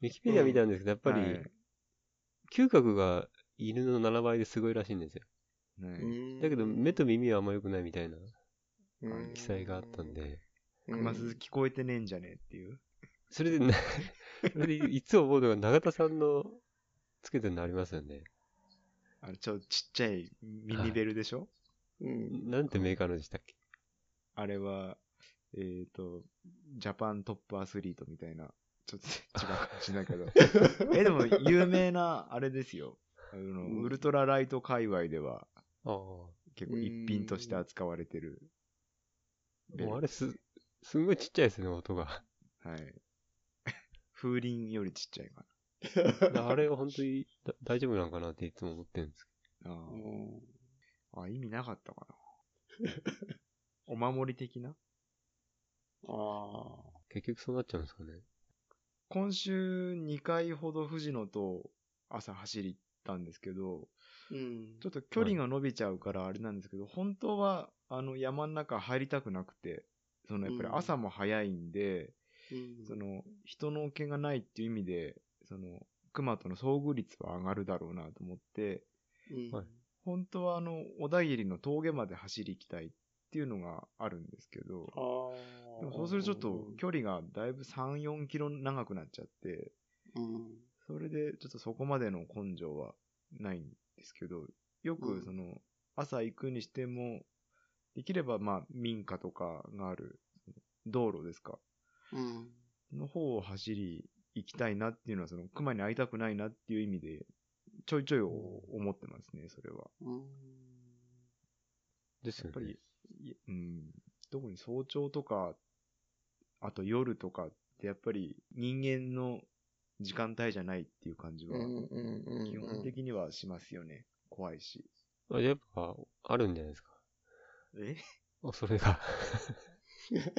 Speaker 3: ウィキペディア見たんですけど、やっぱり、
Speaker 2: はい
Speaker 3: 嗅覚が犬の7倍ですごいらしいんですよ。
Speaker 2: ね
Speaker 1: うん
Speaker 3: *laughs* だけど、目と耳はあんま良くないみたいな
Speaker 1: うん
Speaker 3: 記載があったんで、
Speaker 1: うん
Speaker 2: 熊鈴聞こえてねえんじゃねえっていう。
Speaker 3: それで *laughs* な、それでいつも思うのが、永田さんのつけてるのありますよね。
Speaker 2: あの、ちょ、ちっちゃい耳ベルでしょ、
Speaker 1: うん。
Speaker 3: なんてメーカーのでしたっけ
Speaker 2: あれは、えっ、と、ジャパントップアスリートみたいな、ちょっと違うかもしれないけ
Speaker 1: *laughs*
Speaker 2: ど。え、でも有名な、あれですよ。あの、
Speaker 1: うん
Speaker 2: ウルトラライト界隈では
Speaker 3: ああ。
Speaker 2: 結構一品として扱われてる。ベル
Speaker 3: もうあれす、すんごいちっちゃいですね、音 *laughs* が。
Speaker 2: はい。 *laughs* 風鈴よりちっちゃいか
Speaker 3: あれは本当にだ大丈夫なんかなっていつも思ってるんです
Speaker 2: な。あ
Speaker 1: うん
Speaker 2: ーあ、意味なかったかな。お守り的な
Speaker 1: ああ。
Speaker 3: けど、結局そうなっちゃうんですかね。
Speaker 2: 今週2回ほど藤野と朝走り行ったんですけど、
Speaker 1: うん
Speaker 2: ちょっと距離が伸びちゃうからあれなんですけど、本当は、あの、山の中入りたくなくて、その、やっぱり
Speaker 1: うん
Speaker 2: 朝も早いんで、
Speaker 1: うん
Speaker 2: その、人の気がないっていう意味で、その、熊との遭遇率は上がるだろうなと思って、
Speaker 1: うん
Speaker 3: はい
Speaker 2: 本当はあの、小田切の峠まで走り行きたいっていうのがあるんですけど、
Speaker 1: ああ。
Speaker 2: でもそうするとちょっと距離がだいぶ3、4キロ長くなっちゃって、
Speaker 1: うん。
Speaker 2: それで、ちょっとそこまでの根性はないんですけど、よ
Speaker 1: う
Speaker 2: く
Speaker 1: ん
Speaker 2: その、朝行くにしても、できればまあ、民家とかがある、道路ですか、
Speaker 1: うん。
Speaker 2: の方を走り行きたいなっていうのは、その、熊に会いたくないなっていう意味で、ちょいちょいお思ってますね、それは。
Speaker 1: うん。
Speaker 3: ですよ
Speaker 2: や
Speaker 3: ね。
Speaker 2: っぱり、いうん、特に早朝とか、あと夜とかって、やっぱり人間の時間帯じゃないっていう感じは、
Speaker 1: うん
Speaker 2: 基本的にはしますよね。怖いし。
Speaker 3: あやっぱ、あるんじゃないですか。
Speaker 2: え
Speaker 3: あそれが。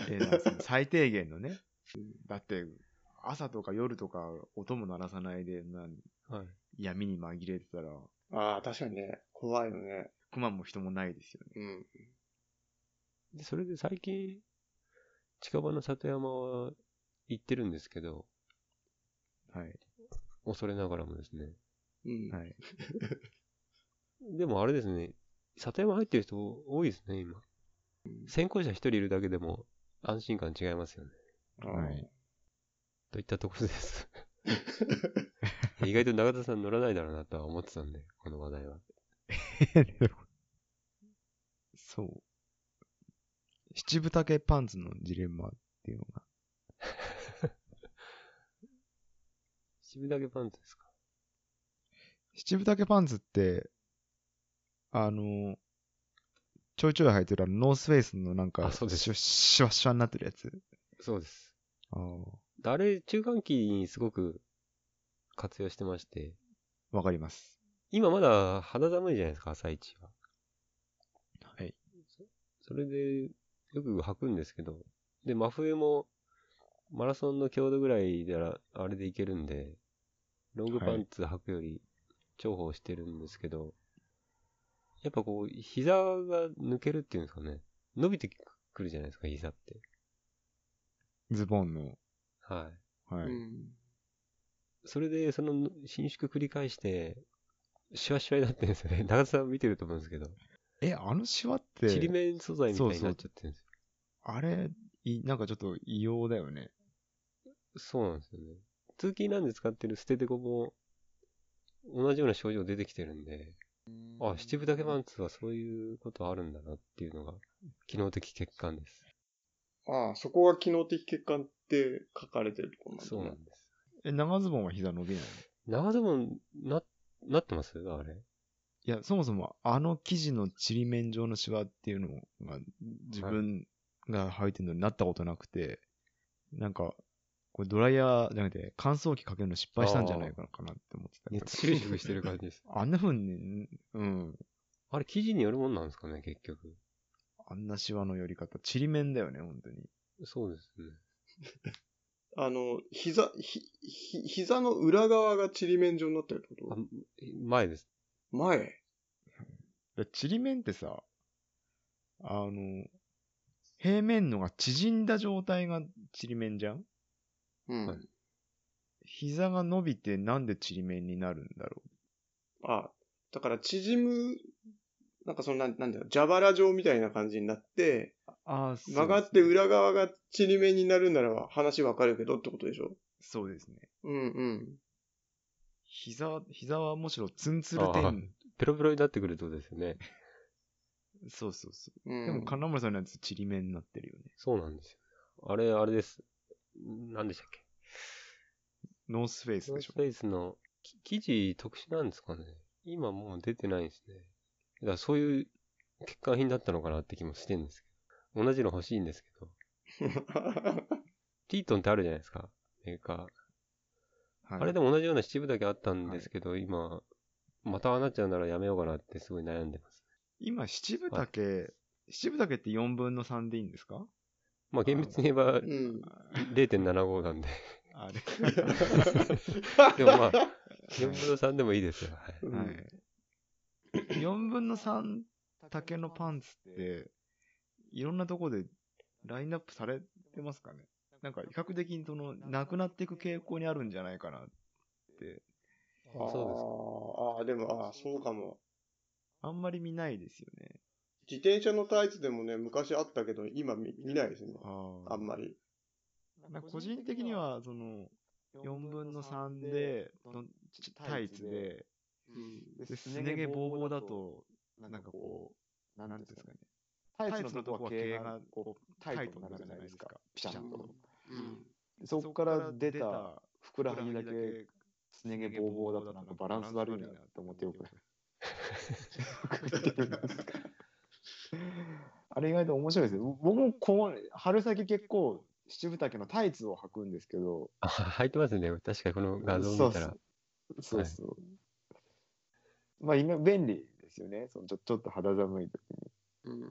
Speaker 2: えなんかその最低限のね。だって、朝とか夜とか音も鳴らさないで、なん
Speaker 3: はい。
Speaker 2: 闇に紛れてたら、
Speaker 1: ああ、確かにね。怖いよね。
Speaker 2: 熊も人もないですよね。
Speaker 1: うん。
Speaker 3: で、それで最近、近場の里山は行ってるんですけど、
Speaker 2: はい。
Speaker 3: 恐れながらもですね。
Speaker 1: うん。
Speaker 2: はい。
Speaker 3: でもあれですね、里山入ってる人多いですね、今。先行者一人いるだけでも安心感違いますよね。
Speaker 2: はい
Speaker 3: といったところ *laughs* です。意外と永田さん乗らないだろうなとは思ってたんで、この話題は。
Speaker 2: そう。七分丈パンツのジレンマっていうのが。
Speaker 3: 七分だけパンツですか
Speaker 2: 七分丈パンツって、あの、ちょいちょい履いてるあのノースフェイスのなんか、
Speaker 3: あそうです
Speaker 2: ししわしわになってるやつ。
Speaker 3: そうです。
Speaker 2: ああ、
Speaker 3: あれ、中間期にすごく活用してまして、
Speaker 2: わかります。
Speaker 3: 今まだ肌寒いじゃないですか、朝一は。
Speaker 2: はい。
Speaker 3: それで、よく履くんですけど、で、真冬も、マラソンの強度ぐらいなら、あれでいけるんで、ロングパンツ履くより重宝してるんですけど、やっぱこう、膝が抜けるっていうんですかね、伸びてくるじゃないですか、膝って。
Speaker 2: ズボンの。
Speaker 3: はい。
Speaker 2: はい。
Speaker 1: うん。
Speaker 3: それで、その、伸縮繰り返して、シワシワになってるんですよね。長田さん見てると思うんですけど、
Speaker 2: え、あのシワって、
Speaker 3: ちりめん素材みたいになっちゃってるんですよ。
Speaker 2: あれ、いなんかちょっと異様だよね。
Speaker 3: そうなんですよね。通勤なんで使ってる捨ててこも、同じような症状出てきてるんで、あ、七分だけパンツはそういうことあるんだなっていうのが、機能的欠陥です。
Speaker 1: ああ、そこが機能的欠陥って書かれてるところなんだ、ね。
Speaker 3: そうなんです。
Speaker 2: え、長ズボンは膝伸びないの
Speaker 3: 長でも、な、なってますあれ。
Speaker 2: いや、そもそもあの生地のちりめん状のシワっていうのが自分が履いてるのになったことなくて、なんか、これドライヤーじゃなくて乾燥機かけるの失敗したんじゃないかなかなって思ってたけど。
Speaker 3: 熱収縮してる感じです。 *laughs*
Speaker 2: あんな風に、うん、
Speaker 3: あれ、生地によるもんなんですかね、結局。
Speaker 2: あんなシワの寄り方、ちりめんだよね、本当に。
Speaker 3: そうですね。
Speaker 1: あの、膝、ひ、ひ、膝の裏側がちりめん状になってるってこ
Speaker 3: あ
Speaker 1: と
Speaker 3: 前です。
Speaker 1: 前
Speaker 2: でちりめんってさ、あの、平面のが縮んだ状態がちりめんじゃん
Speaker 1: うん。
Speaker 3: はい
Speaker 2: 膝が伸びてなんでちりめんになるんだろ
Speaker 1: あ、だから縮む、なんかその、なんなんだよ、蛇腹状みたいな感じになって、
Speaker 2: うああ、そう
Speaker 1: 曲がって裏側がちりめんになるなら話わかるけどってことでしょ
Speaker 2: そうですね。
Speaker 1: うんうん。
Speaker 2: 膝、膝はむしろツンツルテ
Speaker 3: ああ
Speaker 2: ン。
Speaker 3: ペロペロになってくるってことですよね。
Speaker 2: そうそうそう。
Speaker 1: うん、
Speaker 2: でも、金森さんのやつ、ちりめんになってるよね。
Speaker 3: そうなんですよ。あれ、あれです。何でしたっけ
Speaker 2: ノースフェイス
Speaker 3: ノ
Speaker 2: で
Speaker 3: ー
Speaker 2: し
Speaker 3: ス
Speaker 2: ょ
Speaker 3: フ。ェイスのき生地特殊なんですかね。今もう出てないですね。だからそういう欠陥品だったのかなって気もしてるんですけど。同じの欲しいんですけど。ティートンってあるじゃないですか。メーカー。
Speaker 2: はい、
Speaker 3: あれでも同じような七分だけあったん
Speaker 2: はい
Speaker 3: ですけど、今、またああなっちゃうならやめようかなってすごい悩んでます。
Speaker 2: 今、七分丈、七分丈って4分の3でいいんですか
Speaker 3: まあ厳密に言え
Speaker 1: *laughs*
Speaker 3: ば
Speaker 1: *laughs* うん。
Speaker 3: 0.75なんで。
Speaker 2: あれ。
Speaker 3: でもまあ、4分の3でもいいですよ。はい
Speaker 2: はい。4分の3丈のパンツって、いろんなとこでラインナップされてますかねなんか比較的にその、なくなっていく傾向にあるんじゃないかなって、
Speaker 1: あーあー、でも、あーそうかも。
Speaker 2: あんまり見ないですよね。
Speaker 1: 自転車のタイツでもね、昔あったけど、今見見ないですね。
Speaker 2: あ
Speaker 1: あんまり。
Speaker 2: なんか個人的には、その、4分の3で、どんちタイツで、
Speaker 1: うん。
Speaker 2: で、すね毛ボーボーだと、なんかこう、なんていうんですかね。
Speaker 4: タ
Speaker 2: タイ
Speaker 4: イ
Speaker 2: ツ
Speaker 4: ツ
Speaker 2: の
Speaker 4: の
Speaker 2: とこ
Speaker 4: とこ
Speaker 2: は
Speaker 4: は
Speaker 2: 毛
Speaker 4: 毛
Speaker 2: が
Speaker 4: が
Speaker 2: こ
Speaker 4: こ
Speaker 2: う
Speaker 4: う
Speaker 2: タ
Speaker 4: タ
Speaker 2: イ
Speaker 4: イ
Speaker 2: ト
Speaker 4: ト
Speaker 2: に
Speaker 4: に
Speaker 2: な
Speaker 4: な
Speaker 2: る
Speaker 4: る
Speaker 2: じ
Speaker 4: じ
Speaker 2: ゃ
Speaker 4: ゃ
Speaker 2: な
Speaker 4: ない
Speaker 2: でかピ
Speaker 4: いですすか。
Speaker 2: シャンと。
Speaker 4: そこから出
Speaker 2: そこ
Speaker 4: たふくらはぎだけすね毛ボーボーだとなんかバランス悪いなって思ってよくあれ意外と面白いですよ僕もこう春先結構七分丈のタイツを履くんですけど
Speaker 3: あ、入ってますね。確かにこの画像見たら。
Speaker 4: そうそう、まあ今便利ですよねそのちょちょっと肌寒い時に
Speaker 1: うん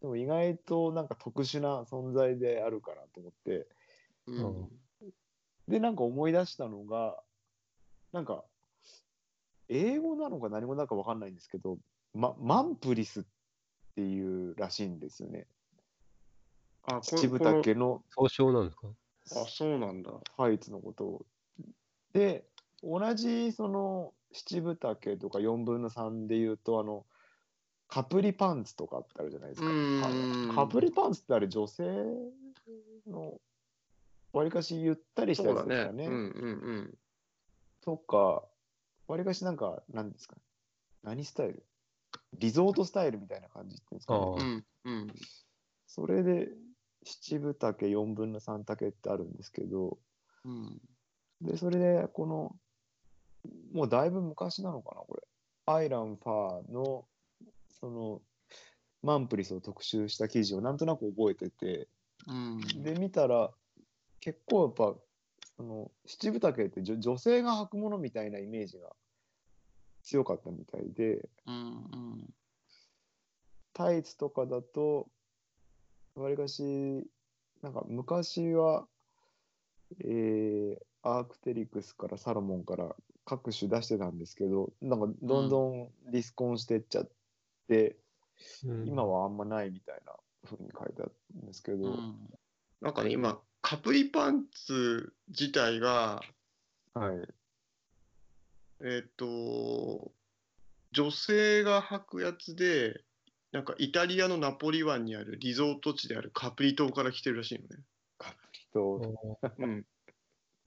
Speaker 4: でも意外となんか特殊な存在であるかなと思って
Speaker 1: うん。
Speaker 3: うん
Speaker 4: で、なんか思い出したのが、なんか、英語なのか何語なのかわかんないんですけど、ま、マンプリスっていうらしいんですよね。
Speaker 1: あ、こ
Speaker 4: 七分丈の
Speaker 3: 総称なんですか
Speaker 1: このあ、そうなんだ。
Speaker 4: ハイツのことを。で、同じその七分丈とか4分の3で言うと、あの、カプリパンツとかってあるじゃないですか。
Speaker 1: うん
Speaker 4: カプリパンツってあれ女性の、わりかしゆったりした
Speaker 1: そう
Speaker 4: や
Speaker 1: だ
Speaker 4: つです
Speaker 1: ね
Speaker 4: か。
Speaker 1: うん
Speaker 4: ね。
Speaker 1: うん
Speaker 4: とか、わりかしなんか、何ですか何スタイルリゾートスタイルみたいな感じっていうんですかね、
Speaker 3: ああ
Speaker 1: うん。うんうん。
Speaker 4: それで、七分丈、4分の3丈ってあるんですけど、
Speaker 1: うん。
Speaker 4: で、それで、この、もうだいぶ昔なのかな、これ。アイラン・ファーの、その、マンプリスを特集した記事をなんとなく覚えてて、
Speaker 1: うん。
Speaker 4: で、見たら、結構やっぱ、その、七分丈って女女性が履くものみたいなイメージが強かったみたいで、
Speaker 1: うんうん。
Speaker 4: タイツとかだと、わりかし、なんか昔は、えーアークテリクスからサロモンから各種出してたんですけど、なんかどんどんディスコンしてっちゃって、今
Speaker 3: は。
Speaker 4: はあんまないみたいな風に書いてあるんですけど、
Speaker 1: うんなんかね、今、カプリパンツ自体が、
Speaker 4: はい。
Speaker 1: えっ、と、女性が履くやつで、なんかイタリアのナポリ湾にあるリゾート地であるカプリ島から来てるらしいの
Speaker 4: と、
Speaker 1: ね。うん、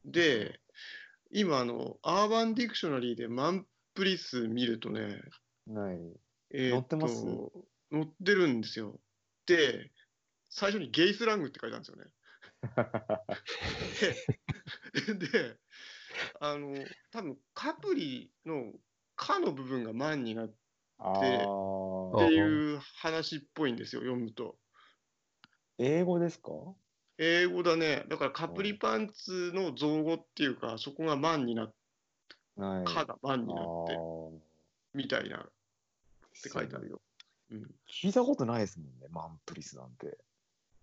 Speaker 1: で、今あの、アーバンディクショナリーでマンプリ数見るとね、
Speaker 4: ない。
Speaker 1: えー
Speaker 4: 載ってます
Speaker 1: 載ってるんですよ。で、最初にゲイスラングって書いてあるんですよね。
Speaker 4: *laughs*
Speaker 1: で、であの、多分カプリの「か」の部分が「万」になっ
Speaker 4: あ
Speaker 1: て
Speaker 4: ー
Speaker 3: で
Speaker 1: いう話っぽいんですよ、読むと。
Speaker 4: 英語ですか
Speaker 1: 英語だね。だからカプリパンツの造語っていうか、そこが「万」になって、
Speaker 4: ない。
Speaker 1: か」が「万」に
Speaker 4: あ
Speaker 1: なって、
Speaker 4: ー
Speaker 1: みたいなって書いてあるよ。うん、
Speaker 4: 聞いたことないですもんね、マンプリスなんて。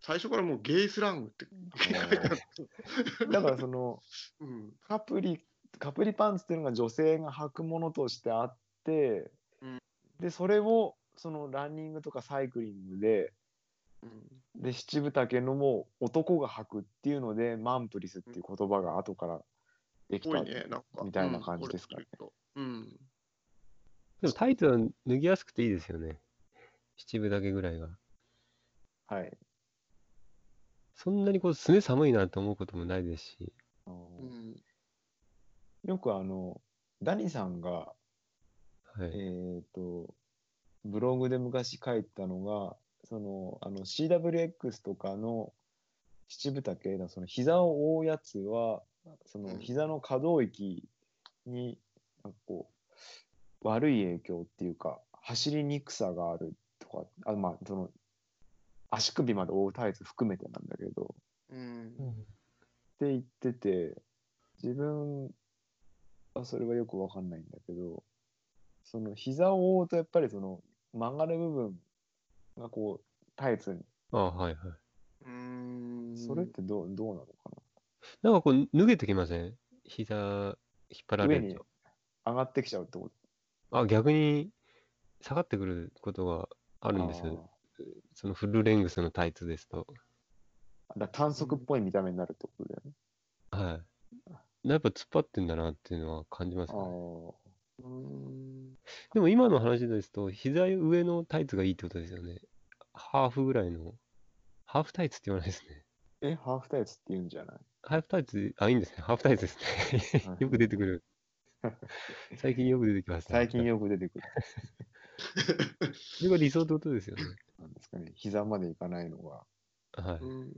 Speaker 1: *laughs* 最初からもうゲイスラングって書いてある。
Speaker 4: だからその、
Speaker 1: うん
Speaker 4: カプリ、カプリパンツっていうのが女性が履くものとしてあって、
Speaker 1: うん
Speaker 4: で、それを、そのランニングとかサイクリングで、
Speaker 1: うん
Speaker 4: で、七分丈のもう男が履くっていうので、マンプリスっていう言葉が後からでき
Speaker 1: 多
Speaker 4: た。
Speaker 1: いね、なんか。
Speaker 4: みたいな感じですかね
Speaker 1: うん。これ見ると
Speaker 3: でもタイツは脱ぎやすくていいですよね。七分だけぐらいが。
Speaker 4: はい。
Speaker 3: そんなにこう、すね寒いなと思うこともないですし。
Speaker 4: あの
Speaker 1: うんうん
Speaker 4: よくあの、ダニさんが、
Speaker 3: は
Speaker 4: えっ、
Speaker 3: い。
Speaker 4: と、ブログで昔書いたのが、その、あの、CWX とかの七分丈のその膝を覆うやつは、そ
Speaker 1: うん
Speaker 4: の膝の可動域に、なんかこう、悪い影響っていうか、走りにくさがあるとか、あまあ、その、足首まで覆うタイツ含めてなんだけど、
Speaker 1: うん
Speaker 4: って言ってて、自分はそれはよくわかんないんだけど、その膝を覆うとやっぱりその曲がる部分がこうタイツに、
Speaker 3: ああ、はいはい。
Speaker 1: うーん。
Speaker 4: それってどうどうなのか
Speaker 3: なんかこう、脱げてきません膝、引っ張
Speaker 4: な
Speaker 3: ら
Speaker 4: 上
Speaker 3: れる
Speaker 4: に
Speaker 3: と。
Speaker 4: 上がってきちゃうってこと
Speaker 3: あ、逆に、下がってくることがあるんですよ。そのフルレングスのタイツですと。
Speaker 4: あーだから短足っぽい見た目になるってことだよね。
Speaker 3: はい。やっぱ突っ張ってんだなっていうのは感じます
Speaker 4: あ
Speaker 3: ね。
Speaker 1: うーん。
Speaker 3: でも今の話ですと、膝上のタイツがいいってことですよね。ハーフぐらいの。ハーフタイツって言わないですね。
Speaker 4: ーえ、ハーフタイツって言うんじゃない
Speaker 3: ハーフタイツ、あ、いいんですね。ハーフタイツですね。よく出てくる。最近よく出てきますね。
Speaker 4: 最近よく出てくる
Speaker 3: それが理想ってことですよね。
Speaker 4: なんですかね。膝までいかないのが。
Speaker 3: はい。
Speaker 1: うん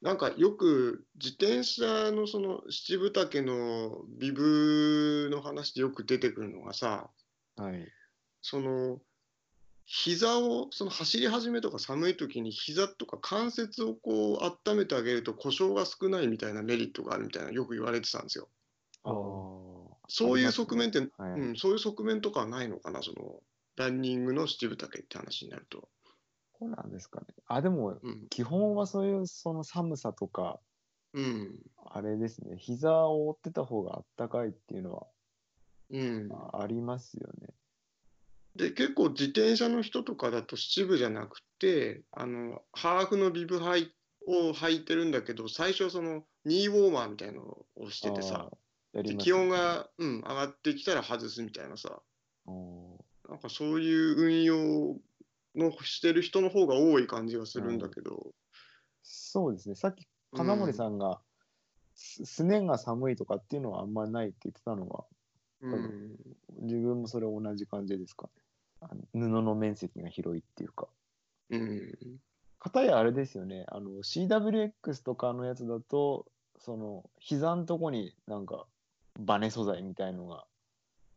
Speaker 1: なんかよく自転車のその七分丈のビブの話でよく出てくるのがさ、
Speaker 4: はい。
Speaker 1: その膝をその走り始めとか寒い時に膝とか関節をこう温めてあげると故障が少ないみたいなメリットがあるみたいなよく言われてたんですよ。
Speaker 4: ああ。
Speaker 1: そういう側面って、
Speaker 4: はい、
Speaker 1: うん、そういう側面とかはないのかな、そのランニングの七分丈って話になると。
Speaker 4: そうなんですかね。あ、でも、
Speaker 1: うん、
Speaker 4: 基本はそういうその寒さとか
Speaker 1: うん、
Speaker 4: あれですね膝を覆ってた方が暖かいっていうのは
Speaker 1: うん。
Speaker 4: まあありますよね
Speaker 1: で、結構自転車の人とかだと七分じゃなくて、あの、ハーフのビブ履いを履いてるんだけど、最初その、ニーウォーマーみたいなのをしててさ、
Speaker 4: あーやり
Speaker 1: で
Speaker 4: ます
Speaker 1: 気温が、うん、上がってきたら外すみたいなさ、
Speaker 4: うん
Speaker 1: なんかそういう運用のしてる人の方が多い感じがするんだけど。
Speaker 4: そうですねさっき金森さんが、すすねが寒いとかっていうのはあんまりないって言ってたのが
Speaker 1: うん、うん
Speaker 4: 自分もそれ同じ感じですかねあの布の面積が広いっていうか
Speaker 1: うん
Speaker 4: 片やあれですよねあの CWX とかのやつだとその膝のとこになんかバネ素材みたいのが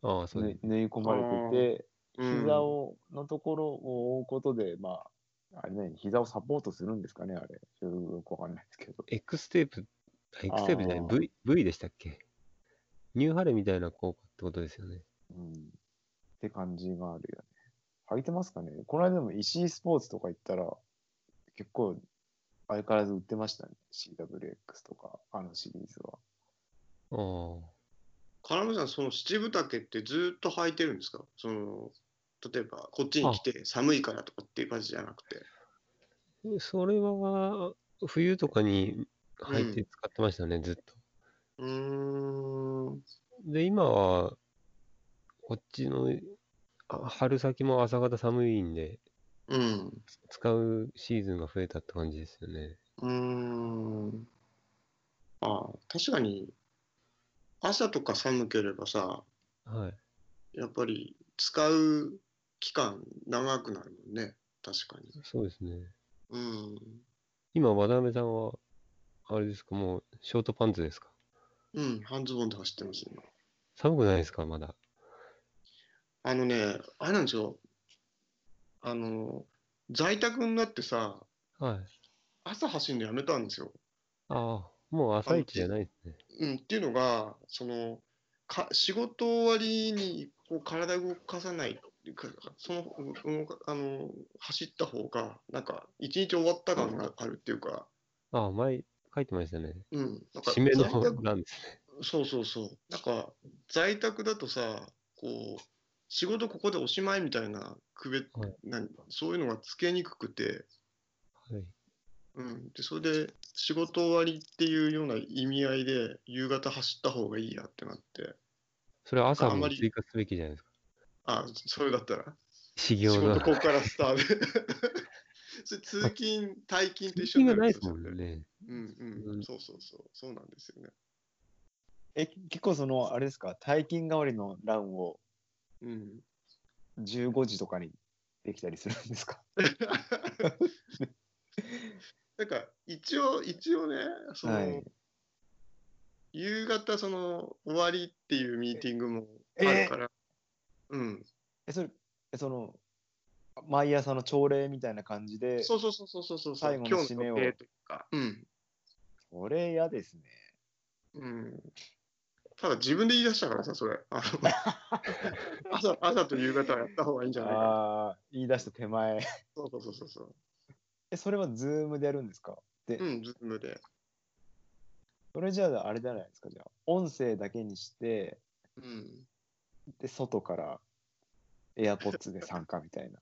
Speaker 3: ああ、そうで
Speaker 4: ぬ
Speaker 3: す。
Speaker 4: 縫い込まれてて
Speaker 1: うん
Speaker 4: 膝をのところを覆うことでまああれね膝をサポートするんですかねあれちょっとよくわかんないですけど
Speaker 3: X テープ、あ X テープじゃ
Speaker 4: あ
Speaker 3: ない、
Speaker 4: ー
Speaker 3: V、V でしたっけニューハレみたいな効果ってことですよね。
Speaker 4: うんって感じがあるよね。履いてますかねこの間も石井スポーツとか行ったら、結構相変わらず売ってましたね。CWX とか、あのシリーズは。
Speaker 3: ああ。
Speaker 1: 金森さん、その七分丈ってずっと履いてるんですかその例えば、こっちに来て寒いからとかっていう感じじゃなくて。
Speaker 3: それは、冬とかに入って使ってましたね、ずっと。
Speaker 1: うーん。
Speaker 3: で、今は、こっちの、あ春先も朝方寒いんで、
Speaker 1: うん。
Speaker 3: 使うシーズンが増えたって感じですよね。
Speaker 1: うーん。ああ、確かに、朝とか寒ければさ、
Speaker 3: はい。
Speaker 1: やっぱり使う期間長くなるもんね。確かに。
Speaker 3: そうですね。
Speaker 1: うん。
Speaker 3: 今、渡辺さんは、あれですか、もう、ショートパンツですか
Speaker 1: うん、半ズボンで走ってます、今。
Speaker 3: 寒くないですかまだ。
Speaker 1: あのね、あれなんですよ。あの、在宅になってさ、
Speaker 3: はい。
Speaker 1: 朝走るのやめたんですよ。
Speaker 3: ああ、もう朝一じゃないですね。
Speaker 1: うん、っていうのが、その、か仕事終わりにこう体動かさない、かその、動かあの、走った方が、なんか、一日終わった感があるっていうか、
Speaker 3: ああ、前、書いてましたね。
Speaker 1: うん、なんか、
Speaker 3: 締めの
Speaker 1: 在宅
Speaker 3: 欄ですね。
Speaker 1: そうそうそう。なんか、在宅だとさ、こう、仕事ここでおしまいみたいな、区別、
Speaker 3: はい
Speaker 1: なんそういうのがつけにくくて、
Speaker 3: はい。
Speaker 1: うん、でそれで仕事終わりっていうような意味合いで夕方走った方がいいやってなって
Speaker 3: それは朝
Speaker 1: あんま
Speaker 3: も
Speaker 1: り
Speaker 3: 追加すべきじゃないですか。
Speaker 1: あそれだったら仕
Speaker 3: 修行
Speaker 1: 事
Speaker 3: の。
Speaker 1: ここからスタート *laughs* それ通勤退勤と一緒
Speaker 3: 意
Speaker 1: にな
Speaker 3: 味がない
Speaker 1: る
Speaker 3: ですもんね。
Speaker 1: うんう
Speaker 3: うんん
Speaker 1: そうそうそうそうなんですよね
Speaker 4: え、結構その、あれですか、大金代わりのランを
Speaker 1: うん
Speaker 4: 15時とかにできたりするんですか
Speaker 1: *laughs* なんか一応一応ねその、
Speaker 4: はい
Speaker 1: 夕方その終わりっていうミーティングもあるから、うん
Speaker 4: え、それ、えその、毎朝の朝礼みたいな感じで、
Speaker 1: そうそうそうそうそうそう
Speaker 4: 最後の締めを
Speaker 1: 今日の予定とかうん
Speaker 4: それ嫌ですね。
Speaker 1: うんただ自分で言い出したからさ、それ。あ
Speaker 4: *laughs*
Speaker 1: の朝朝と夕方はやった方がいいんじゃないかな。
Speaker 4: ああ、言い出した手前。
Speaker 1: そうそうそうそうそう。
Speaker 4: え、それはズームでやるんですかで、
Speaker 1: うん、ズームで。
Speaker 4: それじゃああれじゃないですか、じゃあ。音声だけにして、
Speaker 1: うん。
Speaker 4: で、外からエアポッツで参加みたいな。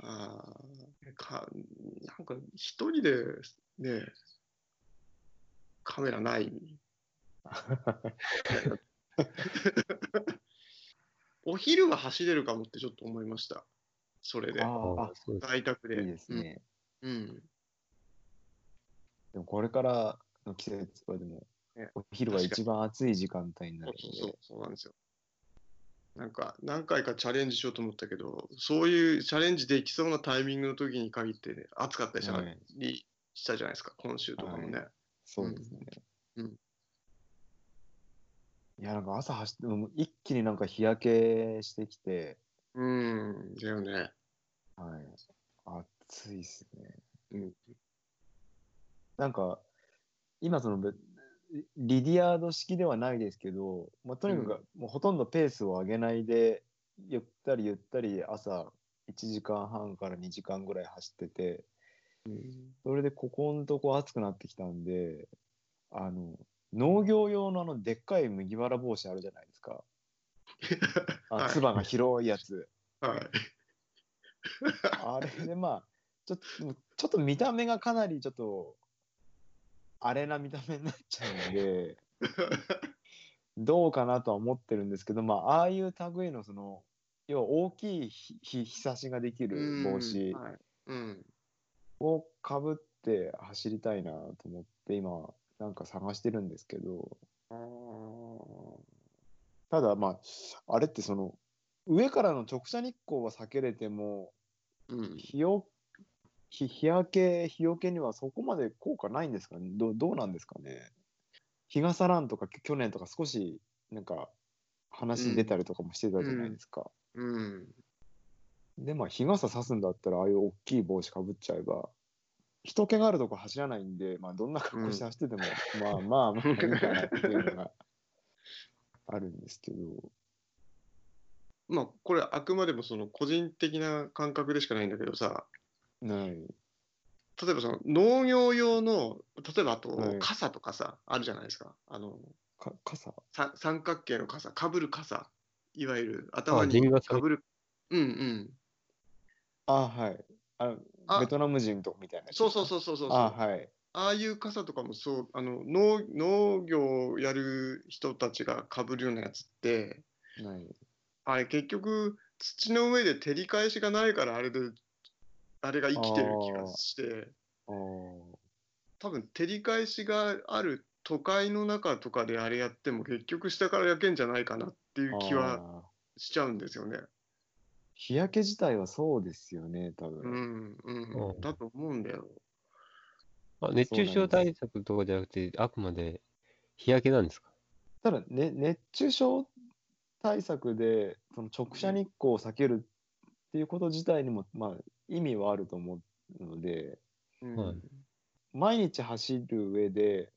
Speaker 1: あーかなんか、一人でね、カメラ
Speaker 4: *laughs*
Speaker 1: ない。お昼は走れるかもってちょっと思いました。それで。
Speaker 3: あ
Speaker 4: あ
Speaker 3: あ、そうです
Speaker 1: 在宅
Speaker 4: あ、
Speaker 1: で。
Speaker 4: いいですね。
Speaker 1: うん。うん。
Speaker 4: でもこれからの季節はでも
Speaker 1: ね、
Speaker 4: お昼は一番暑い時間帯にな
Speaker 1: そ
Speaker 4: る
Speaker 1: うそう
Speaker 4: の
Speaker 1: そう
Speaker 4: で、、
Speaker 1: そうなんですよ。なんか、何回かチャレンジしようと思ったけど、そういうチャレンジできそうなタイミングの時に限ってね、暑かったりした,、
Speaker 4: はい
Speaker 1: りしたじゃないですか、今週とかもね。
Speaker 4: そうですね。
Speaker 1: うんうん
Speaker 4: いや、なんか朝走って、もう一気になんか日焼けしてきて、
Speaker 1: うん、だよね。
Speaker 4: はい。暑いですね。
Speaker 1: うん。
Speaker 4: なんか、今そのべ、リディアード式ではないですけど、まあ、とにかくもうほとんどペースを上げないで、ゆったりゆったり朝1時間半から2時間ぐらい走ってて、それでここのとこ暑くなってきたんで、あの、農業用のあのでっかい麦わら帽子あるじゃないです *laughs* か。
Speaker 1: は
Speaker 4: あ、
Speaker 1: い
Speaker 4: つばが広いやつ。
Speaker 1: はい。
Speaker 4: あれでまあ、ちょっと、ちょっと見た目がかなりちょっとあれな見た目になっちゃうんで、どうかなとは思ってるんですけど、まあ、ああいう類の、その、要は大きいひひ日差しができる帽子
Speaker 1: はいうん。
Speaker 4: をかぶって走りたいなと思って、今、なんか探してるんですけど、
Speaker 1: あ
Speaker 4: ただ、まあ、あれってその、上からの直射日光は避けれても、
Speaker 1: ーうん。
Speaker 4: 日よ日日焼け、日よけにはそこまで効果ないんですかねどうどうなんですかね日傘ランとかき去年とか少しなんか話に出たりとかもしてたじゃないですか。
Speaker 1: うん。
Speaker 4: で、まあ日傘差すんだったらああいう大きい帽子かぶっちゃえば、人気があるとこ走らないんで、まあどんな格好して走ってても、まあまあまあいいかなっていうのがあるんですけど。
Speaker 1: まあ、これあくまでもその個人的な感覚でしかないんだけどさ、
Speaker 4: ない。
Speaker 1: 例えばその農業用の、例えばあと
Speaker 4: はい
Speaker 1: 傘とかさ、あるじゃないですか。あの、
Speaker 4: か傘
Speaker 1: さ三角形の傘、かぶる傘。いわゆる
Speaker 3: あ
Speaker 1: 頭
Speaker 3: ジンガ
Speaker 1: に
Speaker 3: ー
Speaker 1: かぶる。うんうん。
Speaker 4: あはい。あ
Speaker 1: あ
Speaker 4: ベトナム人とみたいなやつ。
Speaker 1: そうそう
Speaker 4: う
Speaker 1: そうそうそうそう。
Speaker 4: あはい。
Speaker 1: ああいう傘とかもそう、あの農農業をやる人たちがかぶるようなやつって、
Speaker 4: ない。
Speaker 1: あれ結局土の上で照り返しがないからあれで、あれが生きてる気がして、
Speaker 4: あ
Speaker 1: 多分照り返しがある都会の中とかであれやっても結局下から焼けんじゃないかなっていう
Speaker 4: あ。
Speaker 1: 気は
Speaker 4: ああ
Speaker 1: しちゃうんですよね。
Speaker 4: 日焼け自体はそうですよね、多
Speaker 1: う
Speaker 4: 分。
Speaker 1: ん、
Speaker 3: う
Speaker 1: うんん。だと思うんだよ。
Speaker 3: あ熱中症対策とかじゃなくて、あくまで日焼けなんですか
Speaker 4: ただ、ね、熱中症対策で、その直射日光を避けるっていうこと自体にも、まあ、意味はあると思うので、
Speaker 1: うん。
Speaker 3: はい
Speaker 4: 毎日走る上で、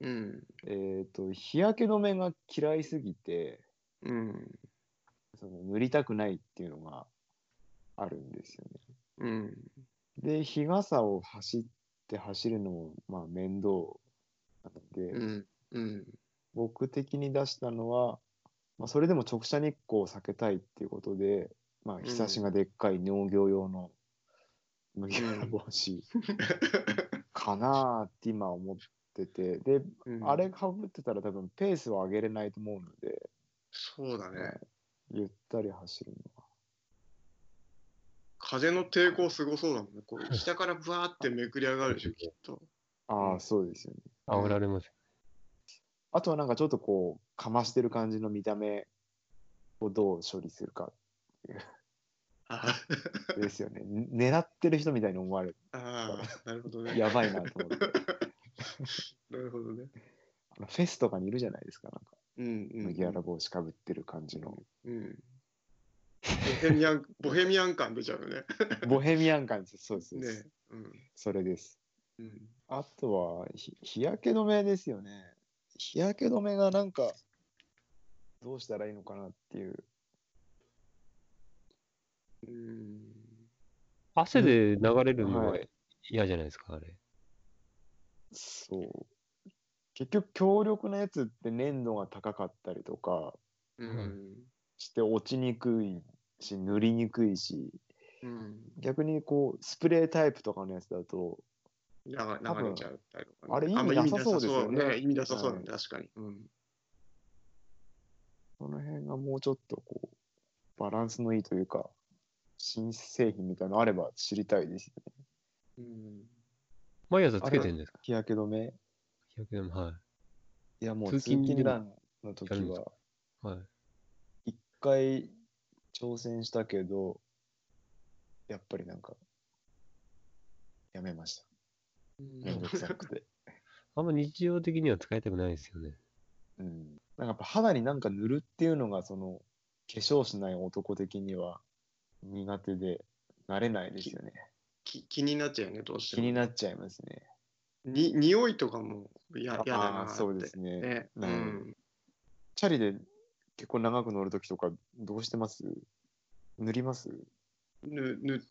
Speaker 1: うん。
Speaker 4: えっ、と、日焼け止めが嫌いすぎて、
Speaker 1: うん。
Speaker 4: その塗りたくないっていうのがあるんですよね。
Speaker 1: うん。
Speaker 4: で、日傘を走って走るのも、まあ、面倒なので、
Speaker 1: うん。うん。
Speaker 4: 僕的に出したのは、まあ、それでも直射日光を避けたいっていうことで、まあ、日差しがでっかい農業用の麦わら帽子かなーって今思ってて、で、
Speaker 1: うん
Speaker 4: *laughs* あれかぶってたら多分ペースを上げれないと思うので、
Speaker 1: そうだね。
Speaker 4: ゆったり走るのは。
Speaker 1: 風の抵抗すごそうだもんね。こう下からブワーってめくり上がるでしょ、きっと。
Speaker 4: ああ、
Speaker 1: うん
Speaker 4: そうですよね。
Speaker 3: 煽られます。
Speaker 4: あとはなんかちょっとこう、かましてる感じの見た目をどう処理するか
Speaker 1: あ
Speaker 4: ですよね。狙ってる人みたいに思われる。
Speaker 1: あー、なるほどね。
Speaker 4: やばいなと思って。
Speaker 1: なるほどね。
Speaker 4: あのフェスとかにいるじゃないですか。なんか
Speaker 1: うんうん。
Speaker 4: 麦わら帽子かぶってる感じの、
Speaker 1: うん。ボヘミアン、ボヘミアン感出ちゃうよね。
Speaker 4: ボヘミアン感ですそうです、そうです
Speaker 1: ね。うん。
Speaker 4: それです
Speaker 1: うん。
Speaker 4: あとはひ日焼け止めですよね日焼け止めがなんかどうしたらいいのかなっていう
Speaker 1: うん。
Speaker 3: 汗で流れるの
Speaker 4: は
Speaker 3: が嫌じゃないですか、あれ。
Speaker 4: そう結局強力なやつって粘度が高かったりとか
Speaker 1: うん。
Speaker 4: して落ちにくいし塗りにくいし
Speaker 1: うん。
Speaker 4: 逆にこうスプレータイプとかのやつだと
Speaker 1: 流流れちゃったりとかね、
Speaker 4: あれ意味
Speaker 1: んま
Speaker 4: なさそうですよね
Speaker 1: 意味なさそうだね、
Speaker 4: は
Speaker 1: 確かに。うん。
Speaker 4: その辺がもうちょっとこうバランスのいいというか新製品みたいなのあれば知りたいですよね
Speaker 1: うん。
Speaker 3: 毎朝つけてるんですか
Speaker 4: 日焼け止め
Speaker 3: 日焼け止め。はい
Speaker 4: やもう
Speaker 3: 通
Speaker 4: 通
Speaker 3: 勤
Speaker 4: 勤
Speaker 3: でも
Speaker 4: ランの時
Speaker 3: やるんです
Speaker 4: は
Speaker 3: かい。はい。
Speaker 4: 一回挑戦したけどやっぱりなんかやめましためんどくさくて
Speaker 3: あんま日常的には使いたくないですよね。
Speaker 4: うんなんかやっぱ肌になんか塗るっていうのがその化粧しない男的には苦手で慣れないですよね
Speaker 1: き気になっちゃうよね、どうして
Speaker 4: 気
Speaker 1: も。
Speaker 4: になっちゃいますね
Speaker 1: に匂いとかもややだな
Speaker 4: ああそうです
Speaker 1: ね。
Speaker 4: ね
Speaker 1: ね。
Speaker 4: う
Speaker 1: うんん。
Speaker 4: チャリで結構長く乗るときとかどうしてます塗ります
Speaker 1: ぬぬ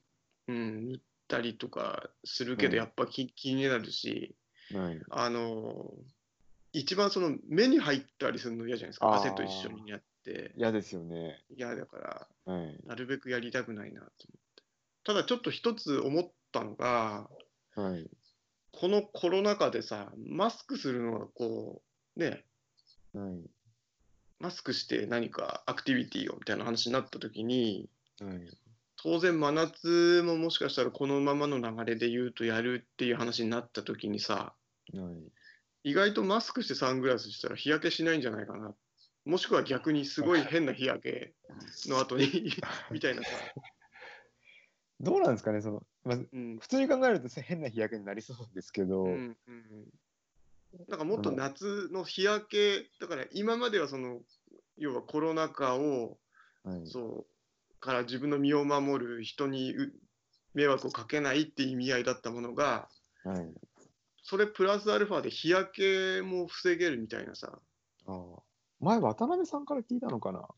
Speaker 1: うん、塗ったりとかするけど、
Speaker 4: うん
Speaker 1: やっぱ気気になるし、
Speaker 4: ない
Speaker 1: あのー一番その目に入ったりするの嫌じゃないですか、
Speaker 4: あー
Speaker 1: 汗と一緒にやって、
Speaker 4: 嫌ですよね。
Speaker 1: 嫌だから、
Speaker 4: はい。
Speaker 1: なるべくやりたくないなと思って。ただちょっと一つ思ったのが、
Speaker 4: はい。
Speaker 1: このコロナ禍でさ、マスクするのがこう、ね、
Speaker 4: はい。
Speaker 1: マスクして何かアクティビティをみたいな話になった時に、
Speaker 4: はい。
Speaker 1: 当然真夏ももしかしたらこのままの流れで言うとやるっていう話になった時にさ、
Speaker 4: はい。
Speaker 1: 意外とマスクしてサングラスしたら日焼けしないんじゃないかな。もしくは逆にすごい変な日焼けの後 *laughs* に、みたいなさ。
Speaker 4: どうなんですかね、その、まあ、
Speaker 1: うん。
Speaker 4: 普通に考えると変な日焼けになりそうですけど、
Speaker 1: うんうんうんなんかもっと夏の日焼け、だから今まではその、要はコロナ禍を、
Speaker 4: はい。
Speaker 1: そう、から自分の身を守る人にう迷惑をかけないって意味合いだったものが、
Speaker 4: はい。
Speaker 1: それプラスアルファで日焼けも防げるみたいなさ。
Speaker 4: ああ前、渡辺さんから聞いたのかな、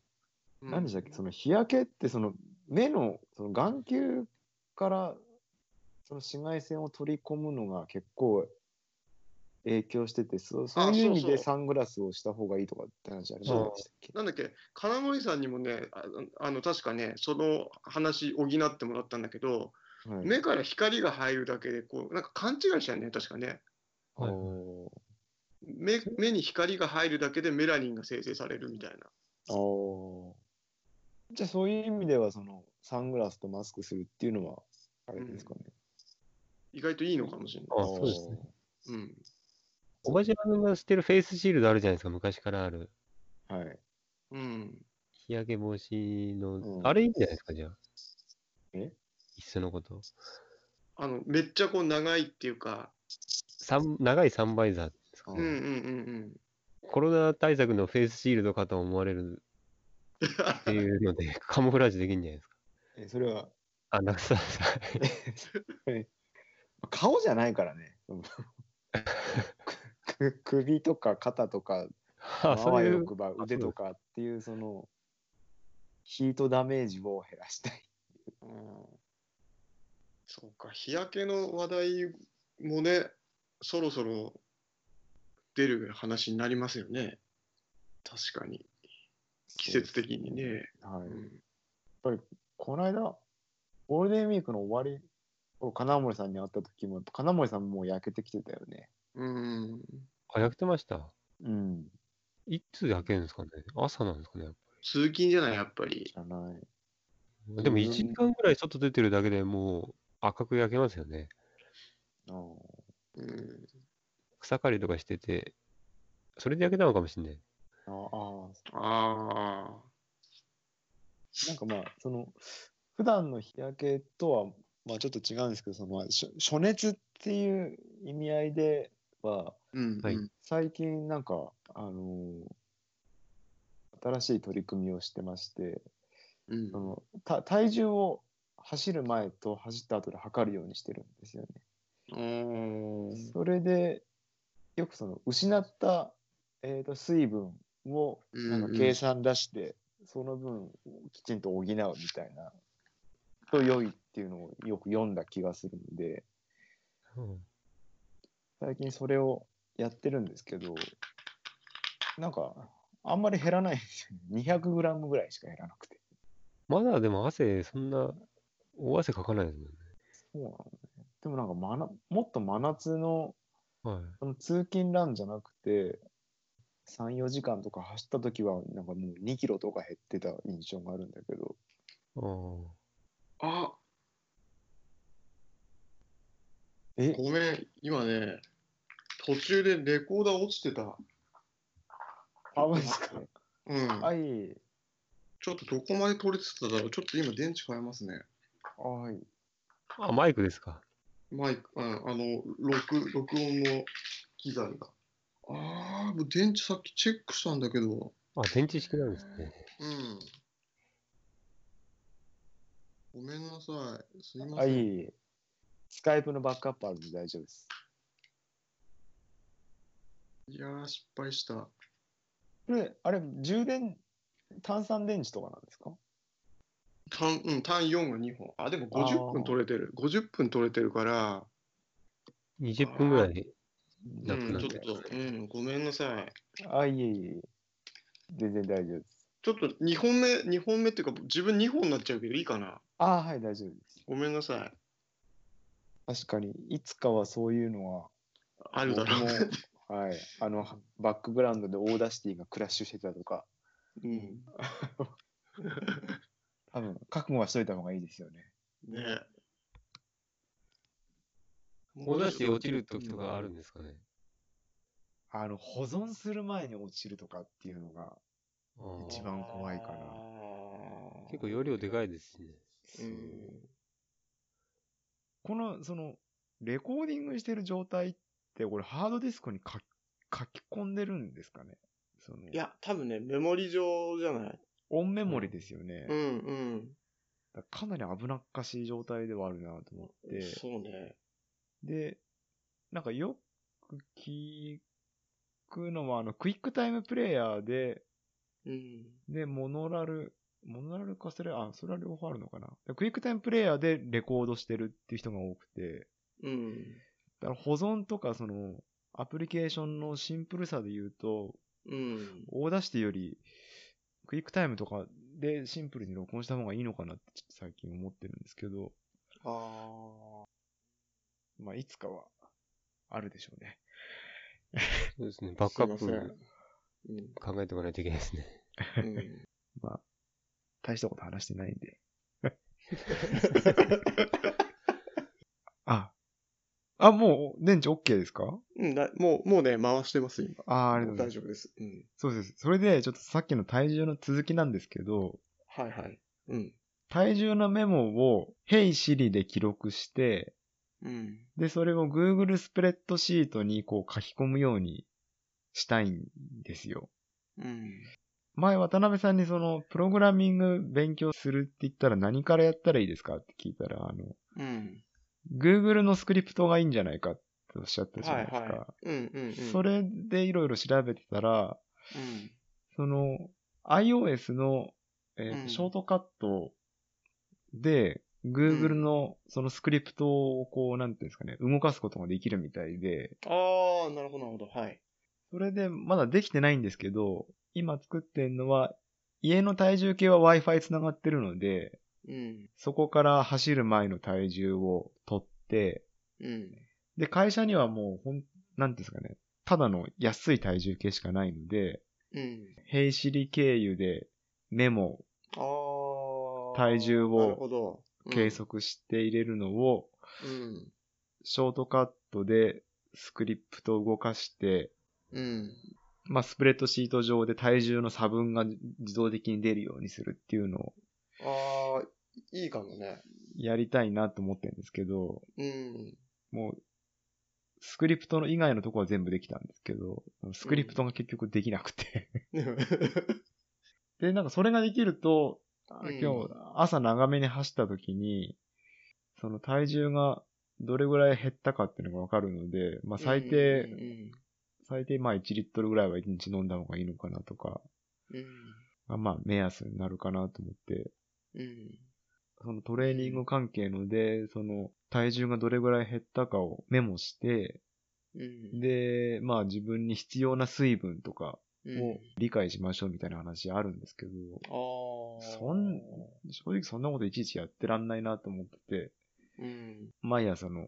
Speaker 1: うん
Speaker 4: 何でしたっけその日焼けって、その目の、その眼球から、その紫外線を取り込むのが結構影響してて、そうそういう意味
Speaker 1: そうそう
Speaker 4: でサングラスをした方がいいとかって話ありましたっけ
Speaker 1: なんだっけ、金森さんにもね、ああの、確かね、その話補ってもらったんだけど、
Speaker 4: はい
Speaker 1: 目から光が入るだけで、こう、なんか勘違いしたよね、確かね。
Speaker 2: はい
Speaker 4: お
Speaker 1: 目目に光が入るだけでメラニンが生成されるみたいな。
Speaker 4: ーおーじゃあそういう意味ではそのサングラスとマスクするっていうのはあれですかね、
Speaker 1: 意外といいのかもしれ
Speaker 3: あ
Speaker 1: な
Speaker 3: そうですね
Speaker 1: い。うん。
Speaker 3: おばちゃんがしてるフェイスシールドあるじゃないですか、昔からある。
Speaker 4: はい
Speaker 1: うん。
Speaker 3: 日焼け防止の、
Speaker 4: うん
Speaker 3: あれいいんじゃないですか、じゃあ。
Speaker 4: え
Speaker 3: いっそのこと。
Speaker 1: あの、めっちゃこう長いっていうか、
Speaker 3: 三長いサンバイザーですか、
Speaker 1: うんうんうんうん。
Speaker 3: コロナ対策のフェイスシールドかと思われるっていうので、カモフラージュできるんじゃないですか。
Speaker 4: えそれは
Speaker 3: あ、なくさ、
Speaker 4: 顔じゃないからね *laughs* く首とか肩とか
Speaker 3: あ、
Speaker 4: あ
Speaker 3: そう
Speaker 4: わ
Speaker 3: い
Speaker 4: よ
Speaker 3: う。
Speaker 4: くば
Speaker 3: あ
Speaker 4: 腕とかっていうそのヒートダメージを減らしたい
Speaker 1: うんそうか、日焼けの話題もね、そろそろ出る話になりますよね。確かに、季節的にね。
Speaker 4: はい、
Speaker 1: うん
Speaker 4: この間、ゴールデンウィークの終わりを金森さんに会った時も、金森さんもう焼けてきてたよね。
Speaker 1: うん。
Speaker 3: あ、焼けてました。
Speaker 4: うん。
Speaker 3: いつ焼けるんですかね朝なんですかねやっ
Speaker 1: 通勤じゃない、やっぱり
Speaker 4: じ。ゃない。
Speaker 3: ぱでも
Speaker 4: うん
Speaker 3: 1時間ぐらい外出てるだけでもう赤く焼けますよね。
Speaker 4: あー
Speaker 1: うん。
Speaker 3: 草刈りとかしてて、それで焼けたのかもしれない。
Speaker 4: あーあ
Speaker 1: ああ。
Speaker 4: ー、なんかまあ、その、普段の日焼けとは、まあちょっと違うんですけど、その、まあ、暑暑熱っていう意味合いでは、
Speaker 1: うん。
Speaker 3: はい
Speaker 1: うん
Speaker 4: 最近なんか、あのー新しい取り組みをしてまして、
Speaker 1: うん
Speaker 4: そのた体重を走る前と走った後で測るようにしてるんですよね。
Speaker 1: おー
Speaker 4: それでよくその失った、えー、と水分をなんか
Speaker 1: うんうん
Speaker 4: 計算出して、その分きちんと補うみたいなと良いっていうのをよく読んだ気がするので
Speaker 3: うん
Speaker 4: 最近それをやってるんですけどなんかあんまり減らないんですよね 200g ぐらいしか減らなくて
Speaker 3: まだでも汗、そんな大汗かかないですもんね。
Speaker 4: そうなのねでもなんか真なもっと真夏の
Speaker 3: はい。
Speaker 4: その通勤ランじゃなくて、3、4時間とか走った時は、なんかもう2キロとか減ってた印象があるんだけど、
Speaker 3: あー
Speaker 1: あ、
Speaker 4: え、
Speaker 1: ごめん、今ね、途中でレコーダー落ちてた。
Speaker 4: あ、マジですか。
Speaker 1: うん。
Speaker 4: はい、
Speaker 1: ちょっとどこまで取れてただろう。ちょっと今電池変えますね。
Speaker 4: はい、
Speaker 3: あ、マイクですか。
Speaker 1: マイク、うん、あの、録、録音の機材が。ああ、もう電池さっきチェックしたんだけど。
Speaker 3: あ、電池式なんですね。
Speaker 1: うん。ごめんなさい。すいま
Speaker 4: は
Speaker 1: せん。
Speaker 4: い。スカイプのバックアップあるんで大丈夫です。
Speaker 1: いやー、失敗した。
Speaker 4: これ、あれ、充電、炭酸電池とかなんですか
Speaker 1: 単、うん、単4が2本。あ、でも50分取れてる。50分取れてるから、
Speaker 3: 20分ぐらい。
Speaker 1: う
Speaker 3: なく
Speaker 1: ん、
Speaker 3: なっ
Speaker 1: ちょ
Speaker 3: て
Speaker 1: っと、うん、ごめんなさい。
Speaker 4: あ、いえいえいえ、全然大丈夫です。
Speaker 1: ちょっと2本目、2本目っていうか、自分2本になっちゃうけどいいかな。
Speaker 4: あ、はい、大丈夫です。
Speaker 1: ごめんなさい。
Speaker 4: 確かに、いつかはそういうのは、
Speaker 1: あるだろう。
Speaker 4: 僕もはい。あの、バックグラウンドでオーダーシティがクラッシュしてたとか、
Speaker 1: うん。
Speaker 4: 多分、覚悟はしといた方がいいですよね。
Speaker 1: ね
Speaker 3: オーダーシティ落ちる時とかあるんですかね。
Speaker 4: あの、保存する前に落ちるとかっていうのが、
Speaker 3: あー
Speaker 4: 一番怖いかな
Speaker 3: 結構容量でかいですしね。
Speaker 1: うん。
Speaker 2: この、その、レコーディングしてる状態って、これハードディスクに書き書き込んでるんですかねその
Speaker 1: いや、多分ね、メモリ上じゃない。
Speaker 2: オンメモリですよね。
Speaker 1: うんうん。
Speaker 2: だからかなり危なっかしい状態ではあるなと思って。
Speaker 1: そうね。
Speaker 2: で、なんかよく聞くのは、あの、クイックタイムプレイヤーで、
Speaker 1: うん。
Speaker 2: で、モノラル、モノラルかそれ、あ、それは両方あるのかな。でクイックタイムプレイヤーでレコードしてるっていう人が多くて、
Speaker 1: うん。
Speaker 2: だから保存とかその、アプリケーションのシンプルさで言うと、
Speaker 1: うん。
Speaker 2: オーダーシティより、クイックタイムとかでシンプルに録音した方がいいのかなってちょっと最近思ってるんですけど、
Speaker 1: あ
Speaker 2: まあ、いつかは、あるでしょうね。
Speaker 3: そうですね。
Speaker 1: あ。
Speaker 3: バックアッ
Speaker 1: すいません
Speaker 3: プ考えておかないといけないですね。
Speaker 1: うん。うん
Speaker 2: まあ、大したこと話してないん
Speaker 1: *laughs*
Speaker 2: で。あ、あ、もう、電池 OK ですか
Speaker 1: うん、だもう、もうね、回してます、今。
Speaker 2: あーありがとうござ
Speaker 1: 大丈
Speaker 2: います。
Speaker 1: 夫です。うん。
Speaker 2: そうです。それで、ちょっとさっきの体重の続きなんですけど、
Speaker 1: はいはい。うん。
Speaker 2: 体重のメモを、Hey Siri で記録して、
Speaker 1: うん。
Speaker 2: で、それを Google スプレッドシートにこう書き込むようにしたいんですよ。
Speaker 1: うん。
Speaker 2: 前、渡辺さんにその、プログラミング勉強するって言ったら何からやったらいいですかって聞いたら、あの、
Speaker 1: うん。
Speaker 2: Google のスクリプトがいいんじゃないかっておっしゃったじゃ
Speaker 1: は
Speaker 2: ないいですか。
Speaker 1: はい。うんうんうん。
Speaker 2: それでいろいろ調べてたら、
Speaker 1: うん。
Speaker 2: その iOS の、えー
Speaker 1: うん
Speaker 2: ショートカットで Google のそのスクリプトをこう、なんていうんですかね、動かすことができるみたいで、
Speaker 1: ああ、なるほど、なるほど。はい。
Speaker 2: それでまだできてないんですけど、今作ってんのは、家の体重計は Wi-Fi 繋がってるので、
Speaker 1: うん。
Speaker 2: そこから走る前の体重を取って、
Speaker 1: うん。
Speaker 2: で、会社にはもう、ほん、なんていうんですかね、ただの安い体重計しかないので、
Speaker 1: うん。
Speaker 2: ヘイシリ経由でメモ、
Speaker 1: ああ。
Speaker 2: 体重を
Speaker 1: なるほど。うん
Speaker 2: 計。測して入れるのを、
Speaker 1: うん。
Speaker 2: ショートカットでスクリプトを動かして、
Speaker 1: うん。
Speaker 2: まあ、スプレッドシート上で体重の差分が自動的に出るようにするっていうのを
Speaker 1: ああ、いいかもね。
Speaker 2: やりたいなと思ってるんですけど、
Speaker 1: うん。
Speaker 2: もう、スクリプトの以外のところは全部できたんですけど、スクリプトが結局できなくて、で、なんかそれができると、あ
Speaker 1: うん
Speaker 2: 今日朝長めに走った時に、その体重がどれぐらい減ったかっていうのがわかるので、まあ最低、
Speaker 1: うん
Speaker 2: 最低まあ1リットルぐらいは1日飲んだ方がいいのかなとか、
Speaker 1: うん。
Speaker 2: がまあ目安になるかなと思って、
Speaker 1: うん。うん
Speaker 2: そのトレーニング関係ので、その体重がどれぐらい減ったかをメモして、
Speaker 1: うん。
Speaker 2: で、まあ自分に必要な水分とか
Speaker 1: うん
Speaker 2: を理解しましょうみたいな話あるんですけど、
Speaker 1: ああ。
Speaker 2: そん、正直そんなこといちいちやってらんないなと思ってて、
Speaker 1: うん。
Speaker 2: 毎朝の、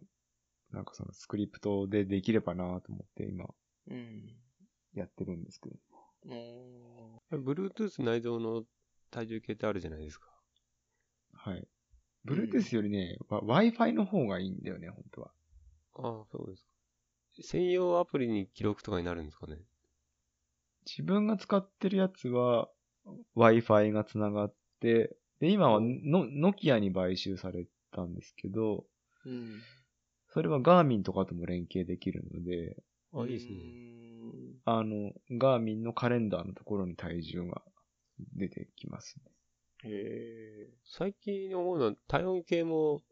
Speaker 2: なんかそのスクリプトでできればなと思って今
Speaker 1: うん。
Speaker 2: やってるんですけど。
Speaker 1: お
Speaker 3: Bluetooth 内蔵の体重計ってあるじゃないですか。
Speaker 2: はい。
Speaker 1: うん
Speaker 2: Bluetooth よりね、わ Wi-Fi の方がいいんだよね、本当は。
Speaker 3: ああ、そうですか。専用アプリに記録とかになるんですかね。
Speaker 2: 自分が使ってるやつは Wi-Fi がつながって、で、今はの、ノキアに買収されたんですけど、
Speaker 1: ーうん。
Speaker 2: それはガーミンとかとも連携できるので、
Speaker 3: あ、いいです
Speaker 1: う
Speaker 3: ね。
Speaker 1: ん
Speaker 2: あの、ガーミンのカレンダーのところに体重が出てきますね。
Speaker 1: へえ。
Speaker 3: 最近思うのは体温計も、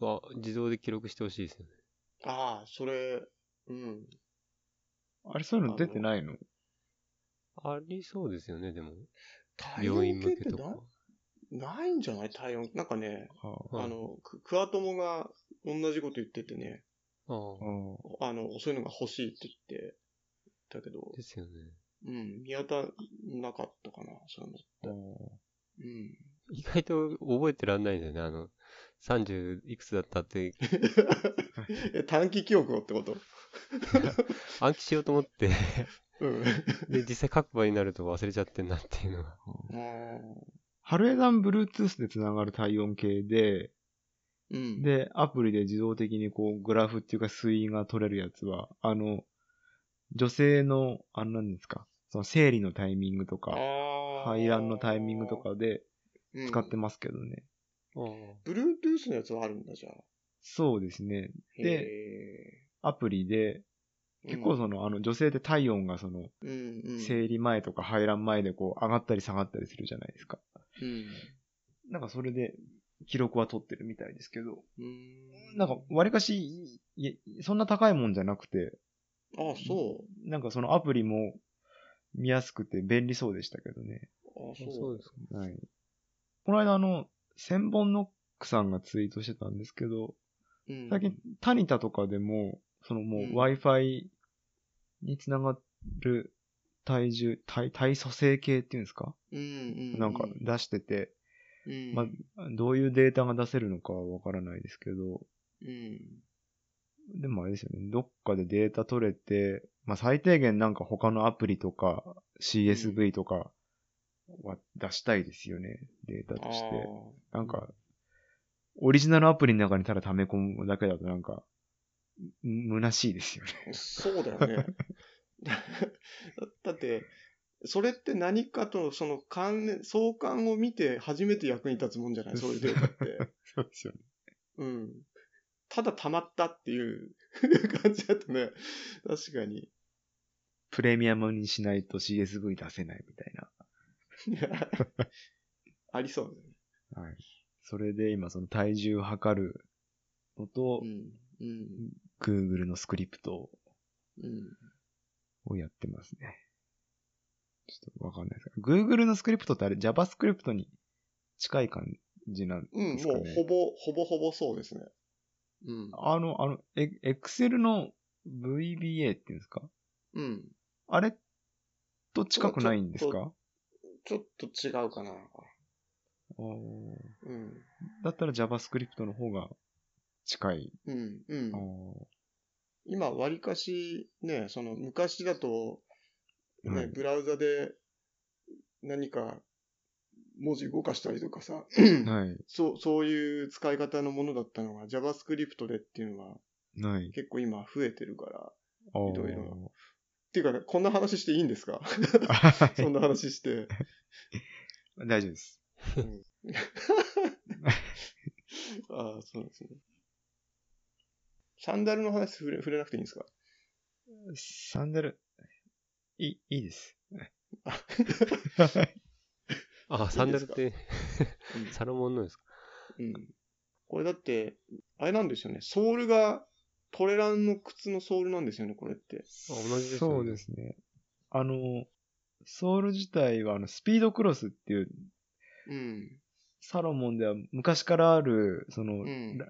Speaker 3: は自動で記録してほしいですよね。
Speaker 1: ああ、それ、うん。
Speaker 2: あれ、そういうの出てないの
Speaker 3: ありそうですよね、でも。
Speaker 1: 体
Speaker 3: 病院
Speaker 1: 温計
Speaker 3: 向
Speaker 1: っ
Speaker 3: け
Speaker 1: て
Speaker 3: と
Speaker 1: な
Speaker 3: か。
Speaker 1: ないんじゃない体温。なんかね、
Speaker 2: あ
Speaker 3: はい
Speaker 1: あの、ククワトモが同じこと言っててね、
Speaker 3: あ
Speaker 2: あ
Speaker 3: あ、
Speaker 1: あの、そういうのが欲しいって言ってたけど、
Speaker 3: ですよね。
Speaker 1: うん、見当たらなかったかな、そういうの。
Speaker 2: あ
Speaker 1: うん。
Speaker 3: 意外と覚えてらんないんだよね。あの、30いくつだったって
Speaker 1: え短期記憶をってこと
Speaker 3: 暗記しようと思 *laughs* って、
Speaker 1: うん。
Speaker 3: で、実際書く場になると忘れちゃってんなっていうのが。
Speaker 2: 春枝さん Bluetooth でつながる体温計で、
Speaker 1: うん。
Speaker 2: で、アプリで自動的にこう、グラフっていうか水位が取れるやつは、あの、女性の、あの、なんですか、その生理のタイミングとか、排卵のタイミングとかで使ってますけどね。
Speaker 1: ブルートゥースのやつはあるんだ、じゃあ。
Speaker 2: そうですね。
Speaker 1: で、
Speaker 2: アプリで、結構その、あの、女性って体温がその、
Speaker 1: うん、うんうん、
Speaker 2: 生理前とか排卵前でこう、上がったり下がったりするじゃないですか。
Speaker 1: うん。
Speaker 2: なんかそれで、記録は取ってるみたいですけど、
Speaker 1: うん。
Speaker 2: なんか、わりかし、いいそんな高いもんじゃなくて、
Speaker 1: あ、そう。
Speaker 2: なんかそのアプリも見やすくて便利そうでしたけどね。
Speaker 1: あ、
Speaker 3: そ
Speaker 1: そうう。
Speaker 3: ですか。
Speaker 2: はい。この間あの、千本ノックさんがツイートしてたんですけど、
Speaker 1: うん
Speaker 2: 最近タニタとかでも、そのもう
Speaker 1: うん
Speaker 2: Wi-Fi につながる体重、体、体組成計っていうんですか、
Speaker 1: うんうん、
Speaker 2: なんか出してて、
Speaker 1: うん、
Speaker 2: まあ、どういうデータが出せるのかはわからないですけど、
Speaker 1: うん。
Speaker 2: でもあれですよね、どっかでデータ取れて、まあ最低限なんか他のアプリとか CSV とかは出したいですよね、データ
Speaker 1: あ
Speaker 2: と
Speaker 1: ー
Speaker 2: して。なんか、オリジナルアプリの中にただ溜め込むだけだとなんか、む虚しいですよね。
Speaker 1: そうだよね。 *laughs* だだって、それって何かとその関連、相関を見て初めて役に立つもんじゃないそういうデータって。
Speaker 2: *laughs* そうですよね。
Speaker 1: うん。ただ溜まったっていう *laughs* 感じだとね、確かに。
Speaker 2: プレミアムにしないと CSV 出せないみたい
Speaker 1: いやあり *laughs* そう
Speaker 2: な。はい。それで今その体重測るのと、
Speaker 1: だね。うん。うん。
Speaker 2: Google のスクリプト
Speaker 1: うん。
Speaker 2: をやってますね。ちょっとわかんないですが。Google のスクリプトってあれ JavaScript に近い感じなん
Speaker 1: うん、
Speaker 2: ですか
Speaker 1: も
Speaker 2: ね。
Speaker 1: うほぼ、ほぼほぼそうですね。うん。
Speaker 2: あの、あの、え Excel の VBA っていうんですか
Speaker 1: うん。
Speaker 2: あれと近くないんです
Speaker 1: ち
Speaker 2: か
Speaker 1: ちょっと違うかな。うん。
Speaker 2: だったら JavaScript の方が近い。
Speaker 1: うん。うん
Speaker 2: あ。ー
Speaker 1: 今、割かし、ね、その、昔だと、ね、
Speaker 2: はい
Speaker 1: ブラウザで何か文字動かしたりとかさ、
Speaker 2: はい。
Speaker 1: そう、そういう使い方のものだったのが JavaScript でっていうのは
Speaker 2: ない。
Speaker 1: 結構今増えてるから。っ
Speaker 2: あー
Speaker 1: いろいろていうか、こんな話していいんですかそんな話して。
Speaker 2: *laughs* 大丈夫です。
Speaker 1: ああ、そうなんですね。サンダルの話触れ触れなくていいんですか
Speaker 2: サンダル、いい、い
Speaker 1: *laughs*
Speaker 2: いです。
Speaker 1: あ
Speaker 3: あ、サンダルって
Speaker 1: うん、
Speaker 3: サロモンのですか。
Speaker 1: うん。これだって、あれなんですよね。ソールが、トレランの靴のソールなんですよね、これって。
Speaker 3: あ同じですよね
Speaker 2: そうですね。あの、ソウル自体は、あの、スピードクロスっていう、
Speaker 1: うん。
Speaker 2: サロモンでは昔からある、その、
Speaker 1: ん
Speaker 2: ラ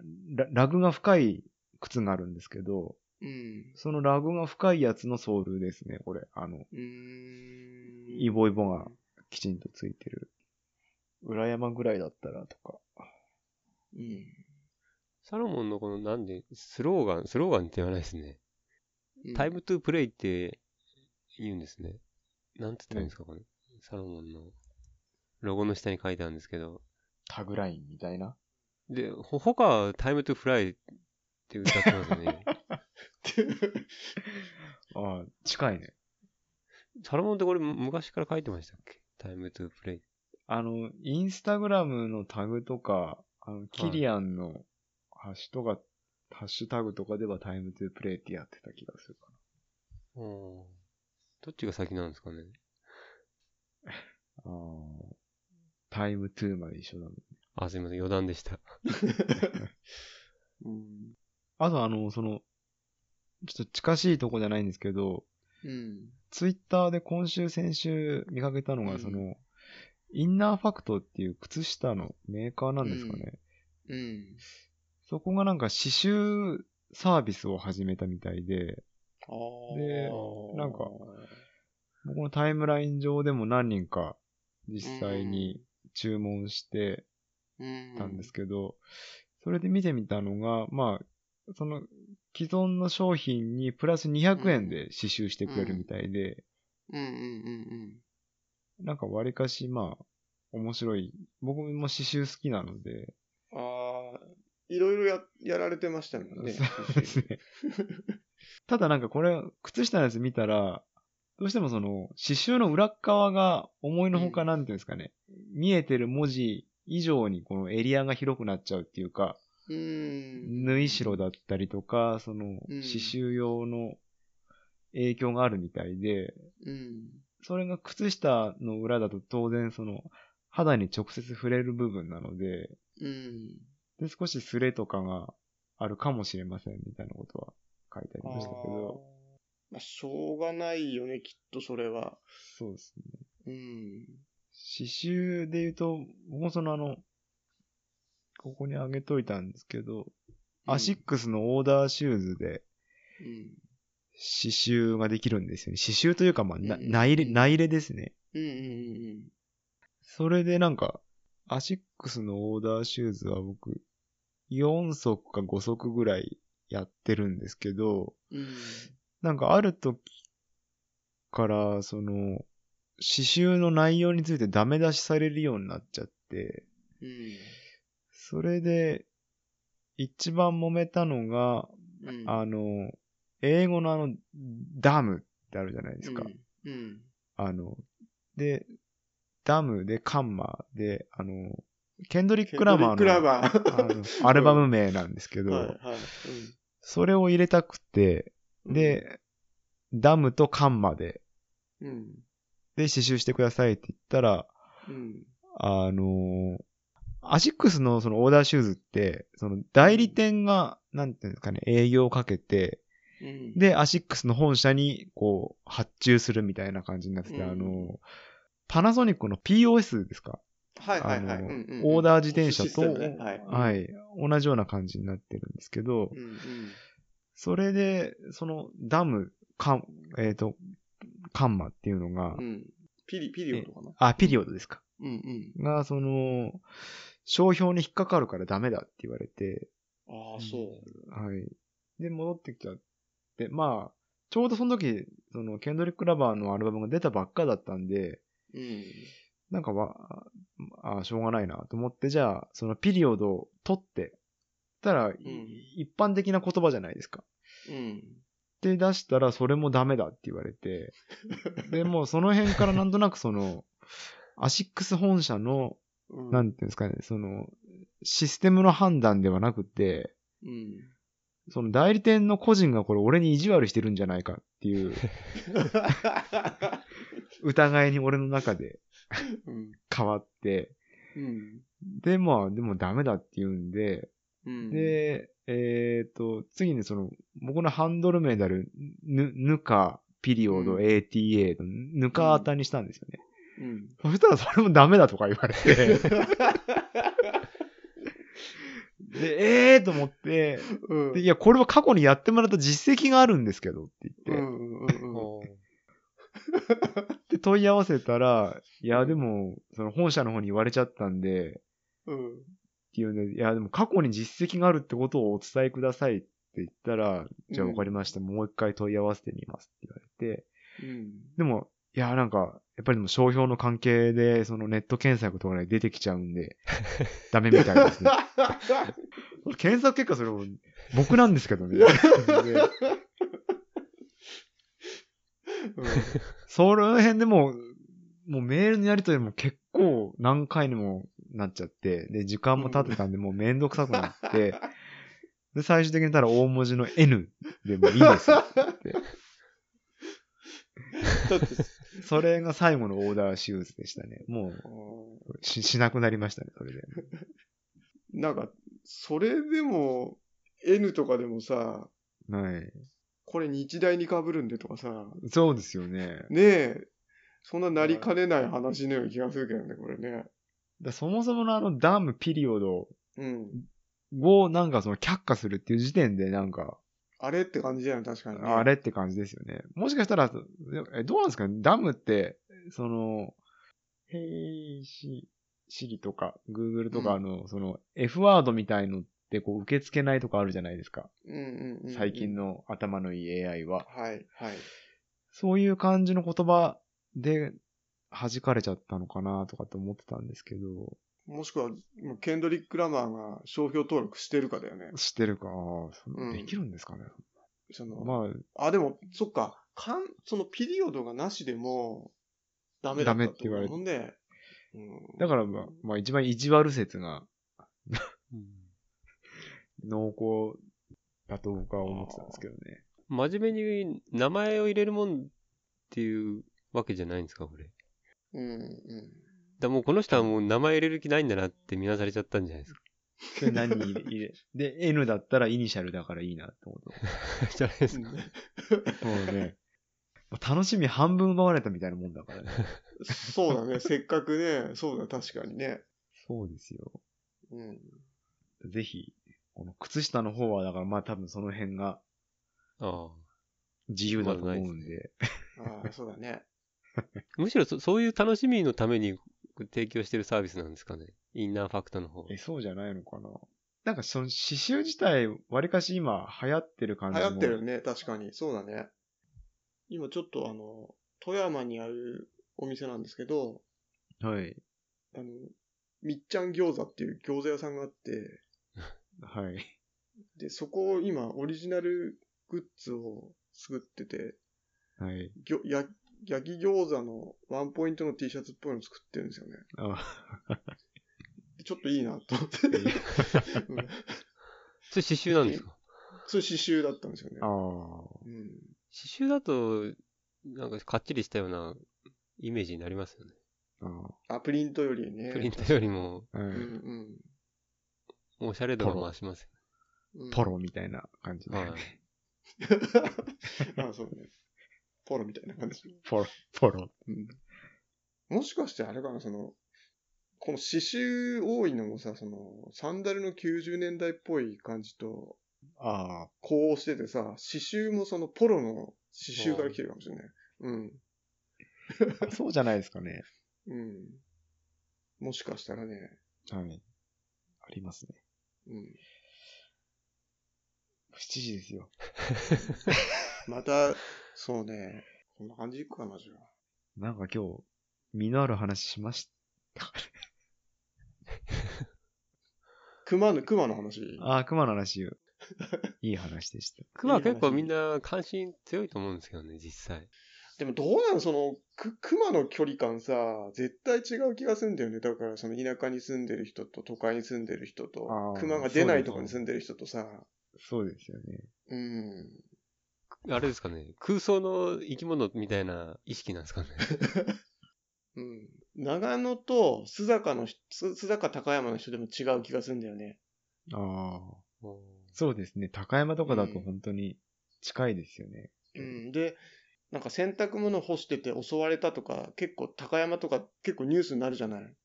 Speaker 2: ララグが深い靴があるんですけど、
Speaker 1: うん。
Speaker 2: そのラグが深いやつのソールですね、これ。あの、
Speaker 1: うーん。
Speaker 2: イボイボがきちんとついてる。裏山ぐらいだったらとか。
Speaker 1: うん。
Speaker 3: サロモンのこの、なんで、スローガン、スローガンって言わないですね。
Speaker 1: うん
Speaker 3: タイムトゥープレイって言うんですね。なんつったらいいんですか、これ。サロモンのロゴの下に書いてあるんですけど。
Speaker 2: タグラインみたいな。
Speaker 3: で、ほ、他はタイムトゥーフライって歌ってますよ *laughs* ね。
Speaker 2: ああ、近いね。
Speaker 3: サロモンってこれむ昔から書いてましたっけタイムトゥープレイ。
Speaker 2: あの、インスタグラムのタグとか、あの、キリアンのハッシュとか、ハッシュタグとかではタイムトゥープレイってやってた気がするか
Speaker 3: どっちが先なんですかね。
Speaker 2: な。ああ。タイムトゥーまで一緒だもん。
Speaker 3: あ、すいません、余談でした。
Speaker 1: うん。
Speaker 2: あとあの、その、ちょっと近しいとこじゃないんですけど、
Speaker 1: うん。
Speaker 2: ツイッターで今週先週見かけたの
Speaker 1: う
Speaker 2: が、
Speaker 1: ん
Speaker 2: その、インナーファクトっていう靴下のメーカーなんですかね。
Speaker 1: うん。
Speaker 2: そこがなんか刺繍サービスを始めたみたいで、
Speaker 1: ああ。
Speaker 2: でなんか僕のタイムライン上でも何人か実際に注文して
Speaker 1: うん
Speaker 2: たんですけど、それで見てみたのが、まあ、その既存の商品にプラス200円で刺繍してくれるみたいで、
Speaker 1: うんうんうん
Speaker 2: なんかわりかしまあ、面白い。僕も刺繍好きなので、
Speaker 1: うん。ああ、いろいろや、やられてましたもんね。
Speaker 2: そうですね。ただなんかこれ、靴下のやつ見たら、どうしてもその、刺繍の裏っ側が思いのほかなんていうんですかね、見えてる文字以上にこのエリアが広くなっちゃうっていうか、
Speaker 1: うん。
Speaker 2: 縫い代だったりとか、その、刺繍用の影響があるみたいで、
Speaker 1: うん。
Speaker 2: それが靴下の裏だと当然その、肌に直接触れる部分なので、
Speaker 1: うん。
Speaker 2: で、少しスレとかがあるかもしれませんみたいなことは書いてありましたけど、
Speaker 1: あーまあ、しょうがないよね、きっとそれは。
Speaker 2: そうですね。
Speaker 1: うん。
Speaker 2: 刺繍で言うと、僕もそのあの、ここにあげといたんですけど、アシックスのオーダーシューズで
Speaker 1: うん。
Speaker 2: 刺繍ができるんですよね。刺繍というか、まあ、な
Speaker 1: うん
Speaker 2: 内入れ、内入れですね。
Speaker 1: うんうんうん
Speaker 2: それでなんか、アシックスのオーダーシューズは僕、4足か5足ぐらいやってるんですけど、
Speaker 1: うん。うん。
Speaker 2: なんかある時から、その、刺繍の内容についてダメ出しされるようになっちゃって、
Speaker 1: う
Speaker 2: それで、一番揉めたのが、
Speaker 1: ん。うん。
Speaker 2: あの、英語のあの、ダムってあるじゃないですか。
Speaker 1: うん。うん。
Speaker 2: あの、で、ダムでカンマで、あの、ケンドリック・ラマーの
Speaker 1: ケンドリックラマ
Speaker 2: *laughs*
Speaker 1: ー。
Speaker 2: あのアルバム名なんですけど、
Speaker 1: はいはい。
Speaker 2: それを入れたくて、
Speaker 1: うん、
Speaker 2: で、ダムとカンマで、
Speaker 1: うん。
Speaker 2: で、刺繍してくださいって言ったら、
Speaker 1: うん。
Speaker 2: あのアシックスのそのオーダーシューズって、その代理店が、なんていうんですかね、営業をかけて、
Speaker 1: うん、
Speaker 2: で、アシックスの本社に、こう、発注するみたいな感じになってて、
Speaker 1: うん
Speaker 2: あの、パナソニックの POS ですか
Speaker 1: はいはいはい。
Speaker 2: あの
Speaker 1: うんうん
Speaker 2: オーダー自転車と
Speaker 1: システムねはい。
Speaker 2: はい。同じような感じになってるんですけど
Speaker 1: う、ん
Speaker 2: それで、その、ダム、カン、えっ、と、カンマっていうのが
Speaker 1: うん。う、ん。ピリ、ピリオとかな。
Speaker 2: あ、ピリオドですか。
Speaker 1: うん
Speaker 2: が、その、商標に引っかかるからダメだって言われて、
Speaker 1: うん。ああ、そう。
Speaker 2: はい。で、戻ってきちゃって、まあ、ちょうどその時、その、ケンドリック・ラバーのアルバムが出たばっかだったんで、
Speaker 1: うん。
Speaker 2: なんかわ、ああ、しょうがないなと思って、じゃあ、そのピリオドを取って、たら、い
Speaker 1: ん
Speaker 2: 一般的な言葉じゃないですか。
Speaker 1: うん。
Speaker 2: って出したら、それもダメだって言われて、で、もうその辺からなんとなくその、アシックス本社の、
Speaker 1: うん
Speaker 2: なんていうんですかね、その、システムの判断ではなくて、
Speaker 1: うん。
Speaker 2: その代理店の個人がこれ俺に意地悪してるんじゃないかって *laughs* いう疑いに俺の中で
Speaker 1: うん。
Speaker 2: 変わって、
Speaker 1: うん
Speaker 2: で、まあ、でもダメだって言うんで、
Speaker 1: うん。
Speaker 2: で、えっ、と、次にその、僕のハンドル名である、ぬ、ぬか、ピリオド、
Speaker 1: うん
Speaker 2: ATA の、ぬかあたにしたんですよね。
Speaker 1: うん。
Speaker 2: そしたらそれもダメだとか言われ *laughs* て、で、えーと思って、
Speaker 1: うん。
Speaker 2: でいや、これは過去にやってもらった実績があるんですけどって
Speaker 1: う
Speaker 2: 言って、
Speaker 1: んうんうん
Speaker 3: おー
Speaker 2: で、問い合わせたら、いや、でも、その本社の方に言われちゃったんで、
Speaker 1: うん。
Speaker 2: っていうんで、いや、でも過去に実績があるってことをお伝えくださいって言ったら、じゃあ
Speaker 1: うん
Speaker 2: わかりました、もう一回問い合わせてみますって言われて、
Speaker 1: うん。
Speaker 2: でも、いや、 *laughs* なんか、やっぱりでも商標の関係で、そのネット検索とかで出てきちゃうんで、ダメみたい
Speaker 4: *laughs*
Speaker 2: ですね。検索結果それを、僕なんですけどね。でその辺でもう、もうメールのやりとりも結構何回にもなっちゃって、で、時間も経ってたんで、もうめんどくさくなって、で、最終的にただ大文字の N でもういいですよって。
Speaker 1: だって、
Speaker 2: それが最後のオーダーシューズでしたね。もうし、しなくなりましたね、それで。
Speaker 1: なんか、それでも、N とかでもさ、
Speaker 2: はい。
Speaker 1: これ日大に被るんでとかさ、
Speaker 2: そうですよね。
Speaker 1: ねえ、そんななりかねない話のような気がするけどね、これね。
Speaker 2: だそもそものあのダムピリオド
Speaker 1: うん。
Speaker 2: をなんかその却下するっていう時点でなんか、
Speaker 1: あれって感じだよね、確かに、ね。
Speaker 2: あれって感じですよね。もしかしたら、えどうなんですかねダムって、その、兵士、 Siri とか Google とかの、その F ワードみたいのってこう受け付けないとかあるじゃないですか。
Speaker 1: うんうんうんうん。
Speaker 2: 最近の頭のいい AI は。
Speaker 1: はい、はい。
Speaker 2: そういう感じの言葉で弾かれちゃったのかなとかって思ってたんですけど、
Speaker 1: もしくは、もうケンドリック・ラマーが商標登録してるかだよね。
Speaker 2: 知ってるか、あーそんな
Speaker 1: うん
Speaker 2: できるんですかね。
Speaker 1: その、
Speaker 2: ま
Speaker 1: あ、でも、そっか、かん、そのピリオドがなしでも、ダメだった
Speaker 2: ダメって言われて
Speaker 1: ほんで、うん
Speaker 2: あ、だからまあ、まあ一番意地悪説が
Speaker 3: うん
Speaker 2: 濃厚だと僕は思ってたんですけどね。
Speaker 3: 真面目に名前を入れるもんっていうわけじゃないんですか、これ。
Speaker 1: うん、うん。
Speaker 3: だもうこの人はもう名前入れる気ないんだなって見なされちゃったんじゃないですか。 *laughs*
Speaker 2: それ何入れ入れで、N だったらイニシャルだからいいなって思っ
Speaker 3: じゃないですか。
Speaker 2: た。もうね。 *laughs* まあ楽しみ半分奪われたみたいなもんだからね。
Speaker 1: そう
Speaker 2: *laughs*
Speaker 1: だね、せっかくね、そうだ、確かにね。
Speaker 2: そうですよ。
Speaker 1: うん。
Speaker 2: ぜひ、この靴下の方は、だからまあ多分その辺が
Speaker 3: ああ
Speaker 2: 自由だと思うんで。
Speaker 1: あ
Speaker 2: *laughs*
Speaker 1: あ、そうだね。
Speaker 3: むしろそそういう楽しみのために提供してるサービスなんですかね。インナーファクトの方。
Speaker 2: え、そうじゃないのかな。なんかその刺繍自体、わりかし今流行ってる感じ
Speaker 1: 流
Speaker 2: も
Speaker 1: 行ってるね、確かに。そうだね。今ちょっとあの、富山にあるお店なんですけど、
Speaker 2: はい。
Speaker 1: あの、みっちゃん餃子っていう餃子屋さんがあって、
Speaker 2: はい。
Speaker 1: で、そこを今オリジナルグッズを作ってて、
Speaker 2: はい。
Speaker 1: ぎょや焼き餃子のワンポイントの T シャツっぽいの作ってるんですよね。
Speaker 2: あ
Speaker 1: でちょっといいなと思って。うん
Speaker 3: それ刺繍なんですか
Speaker 1: そういう刺繍だったんですよね
Speaker 2: あ。ー。
Speaker 1: うん、
Speaker 3: 刺繍だと、なんかかっちりしたようなイメージになりますよね。
Speaker 2: あー
Speaker 1: あ、プリントよりね。
Speaker 3: プリントよりも、
Speaker 2: う。
Speaker 1: うんん
Speaker 3: おしゃれ度が増しますよ
Speaker 1: うん。うん
Speaker 2: ポ。ロみたいな感じで。
Speaker 3: ね。はい。
Speaker 1: あ、そうね。ポロみたいな感じ。
Speaker 2: ポロ、ポロ。
Speaker 1: うんもしかしてあれかな、その、この刺繍多いのもさ、その、サンダルの90年代っぽい感じと、
Speaker 2: ああ。
Speaker 1: こうしててさ、刺繍もそのポロの刺繍から来てるかもしれない。うん。
Speaker 2: そうじゃないですかね。
Speaker 1: うん。もしかしたらね、
Speaker 2: はい。ありますね。
Speaker 1: うん。
Speaker 2: 7時ですよ。
Speaker 1: また、そうね、こんな感じいくかな、じゃあ。
Speaker 2: なんか今日、身のある話しました。
Speaker 1: 熊の、熊の話。
Speaker 2: ああ、熊の話。
Speaker 1: *laughs*
Speaker 2: いい話でした。
Speaker 3: クマは結構みんな関心強いと思うんですけどね、実際。
Speaker 1: でもどうなのその、く、熊の距離感さ、絶対違う気がするんだよね。だから、その田舎に住んでる人と都会に住んでる人と
Speaker 2: あ、ー
Speaker 1: 熊が出ないところに住んでる人とさ、
Speaker 2: そうですよね。
Speaker 1: うん。
Speaker 3: あれですかね、空想の生き物みたいな意識なんです *laughs* かね。
Speaker 1: うん。長野と須坂の人、須須坂高山の人でも違う気がするんだよね。
Speaker 2: ああ。
Speaker 3: おー
Speaker 2: そうですね。高山とかだ
Speaker 1: う
Speaker 2: と
Speaker 1: ん
Speaker 2: 本当に近いですよね。
Speaker 1: うん。で、なんか洗濯物干してて襲われたとか、結構高山とか結構ニュースになるじゃない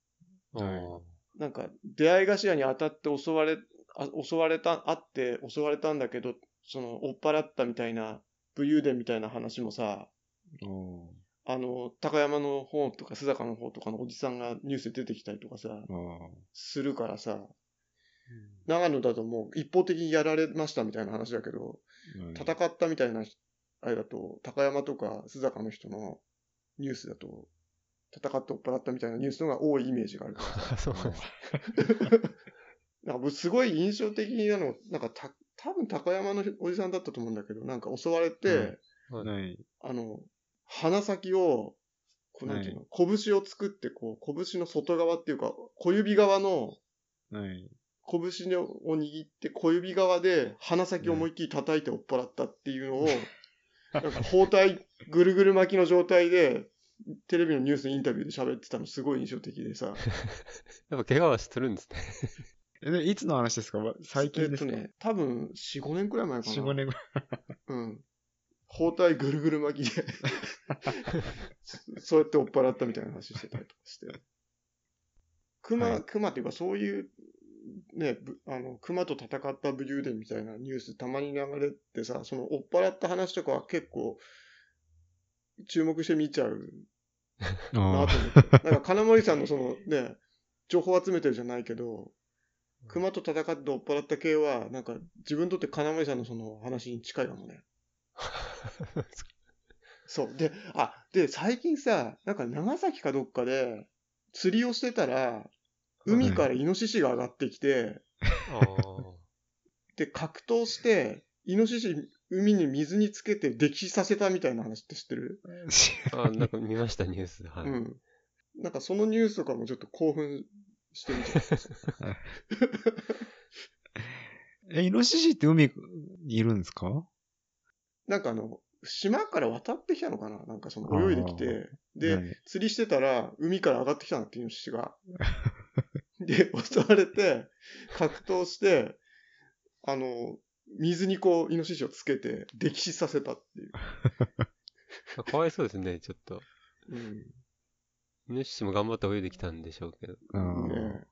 Speaker 3: おー
Speaker 2: は
Speaker 1: なんか、出会い頭に当たって襲われ、あ襲われた、あって襲われたんだけど、その、追っ払ったみたいな、武勇伝みたいな話もさ、
Speaker 2: お
Speaker 1: あの、高山の方とか須坂の方とかのおじさんがニュースで出てきたりとかさ、
Speaker 2: ーあ
Speaker 1: するからさ、長野だともう一方的にやられましたみたいな話だけど、
Speaker 2: ー。
Speaker 1: 戦ったみたいな、あれだと、高山とか須坂の人のニュースだと、戦って追っ払ったみたいなニュースのが多いイメージがあるから。
Speaker 3: そうなんです。
Speaker 2: う
Speaker 1: なんかすごい印象的なの、なんかた、多分高山のおじさんだったと思うんだけど、なんか襲われて、
Speaker 2: うんんはい。
Speaker 1: あの、鼻先を、こうなんていうの、拳を作って、こう、拳の外側っていうか、小指側の、
Speaker 2: はい。
Speaker 1: 拳を握って、小指側で鼻先を思いっきり叩いて追っ払ったっていうのを、なんか包帯ぐるぐる巻きの状態で、テレビのニュースのインタビューで喋ってたのすごい印象的でさ。
Speaker 3: やっぱ怪我はするんですね。
Speaker 2: えでいつの話ですかわ *laughs* 最近ですか、
Speaker 1: えっとね、多分4、5年くらい前かな。
Speaker 2: ?4、5年ぐらい。
Speaker 1: うん。包帯ぐるぐる巻きでそ、そうやって追っ払ったみたいな話してたりとかして。熊、
Speaker 2: はい
Speaker 1: 熊っていうかそういう、ね、ぶあの、熊と戦った武勇伝みたいなニュースたまに流れてさ、その追っ払った話とかは結構、注目して見ちゃうなと思って。なんか金森さんのそのね、情報集めてるじゃないけど、熊と戦って追っ払った系は、なんか自分にとって金森さんのその話に近いかも *laughs* ね。そう。で、あ、で、最近さ、なんか長崎かどっかで釣りをしてたら、海からイノシシが上がってきて、
Speaker 3: ああ。
Speaker 1: で、格闘して、イノシシ海に水につけて溺死させたみたいな話って知ってる、
Speaker 3: *laughs* あ、なんか見ました、ニュース。はい。
Speaker 1: うん。なんかそのニュースとかもちょっと興奮してるじ
Speaker 2: *laughs* え、イノシシって海にいるんですか
Speaker 1: ゃん。なんかあの、島から渡ってきたのかななんかその泳いでき
Speaker 2: あ
Speaker 1: て、で、
Speaker 2: はい
Speaker 1: 釣りしてたら海から上がってきたんだってイノシシが。 *laughs* で、襲われて、格闘して、あの、水にこう、イノシシをつけて、溺死させたっていう。
Speaker 3: かわいそうですね、ちょっと。
Speaker 1: うん。
Speaker 3: イノシシも頑張って泳いできたんでしょうけど。
Speaker 2: うん
Speaker 1: ね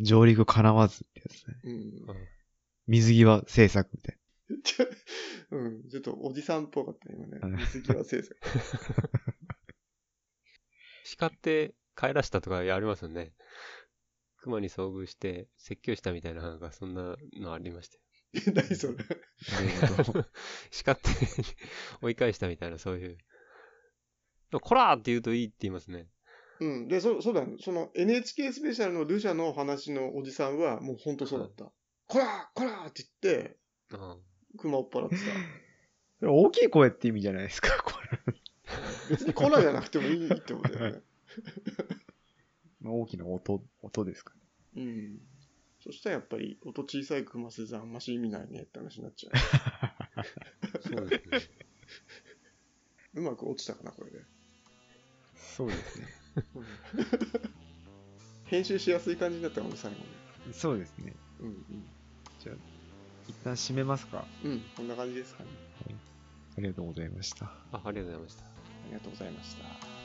Speaker 2: 上陸かなわずってやつね。
Speaker 1: うん。
Speaker 2: 水際政策みたい
Speaker 1: ちょうん、ちょっとおじさんっぽかったね、今
Speaker 2: うん
Speaker 1: ね。水際政策。 *laughs*
Speaker 3: 叱って帰らしたとかありますよね。熊に遭遇して説教したみたいな、なんかそんなのありましたよ。
Speaker 1: 何それ。
Speaker 3: *laughs* 叱って *laughs* 追い返したみたいな、そういう。でもこらーって言うといいって言いますね。
Speaker 1: うん。で、そそうだね。その NHK スペシャルのルシャの話のおじさんは、もうほんとそうだった。こらーこらーって言って、
Speaker 3: うん。
Speaker 1: 熊追っ払ってた。
Speaker 2: な。大きい声って意味じゃないですか、 *laughs* これ。
Speaker 1: *laughs* 別にこらじゃなくてもいいってことだよね。
Speaker 2: まあ、大きな音、音ですかね。
Speaker 1: うん。そしたらやっぱり、音小さい熊せずあんまし意味ないねって話になっちゃ
Speaker 3: そうですね。
Speaker 1: *laughs* う。うまく落ちたかな、これで。
Speaker 2: そうですね。
Speaker 1: 編集しやすい感じになったかも、最後ね。
Speaker 2: そうですね。
Speaker 1: うん
Speaker 2: 一旦閉めますか。
Speaker 1: うん。うん、こんな感じですかね。
Speaker 2: ありがとうございました。
Speaker 3: あ、ありがとうございました。
Speaker 1: ありがとうございました。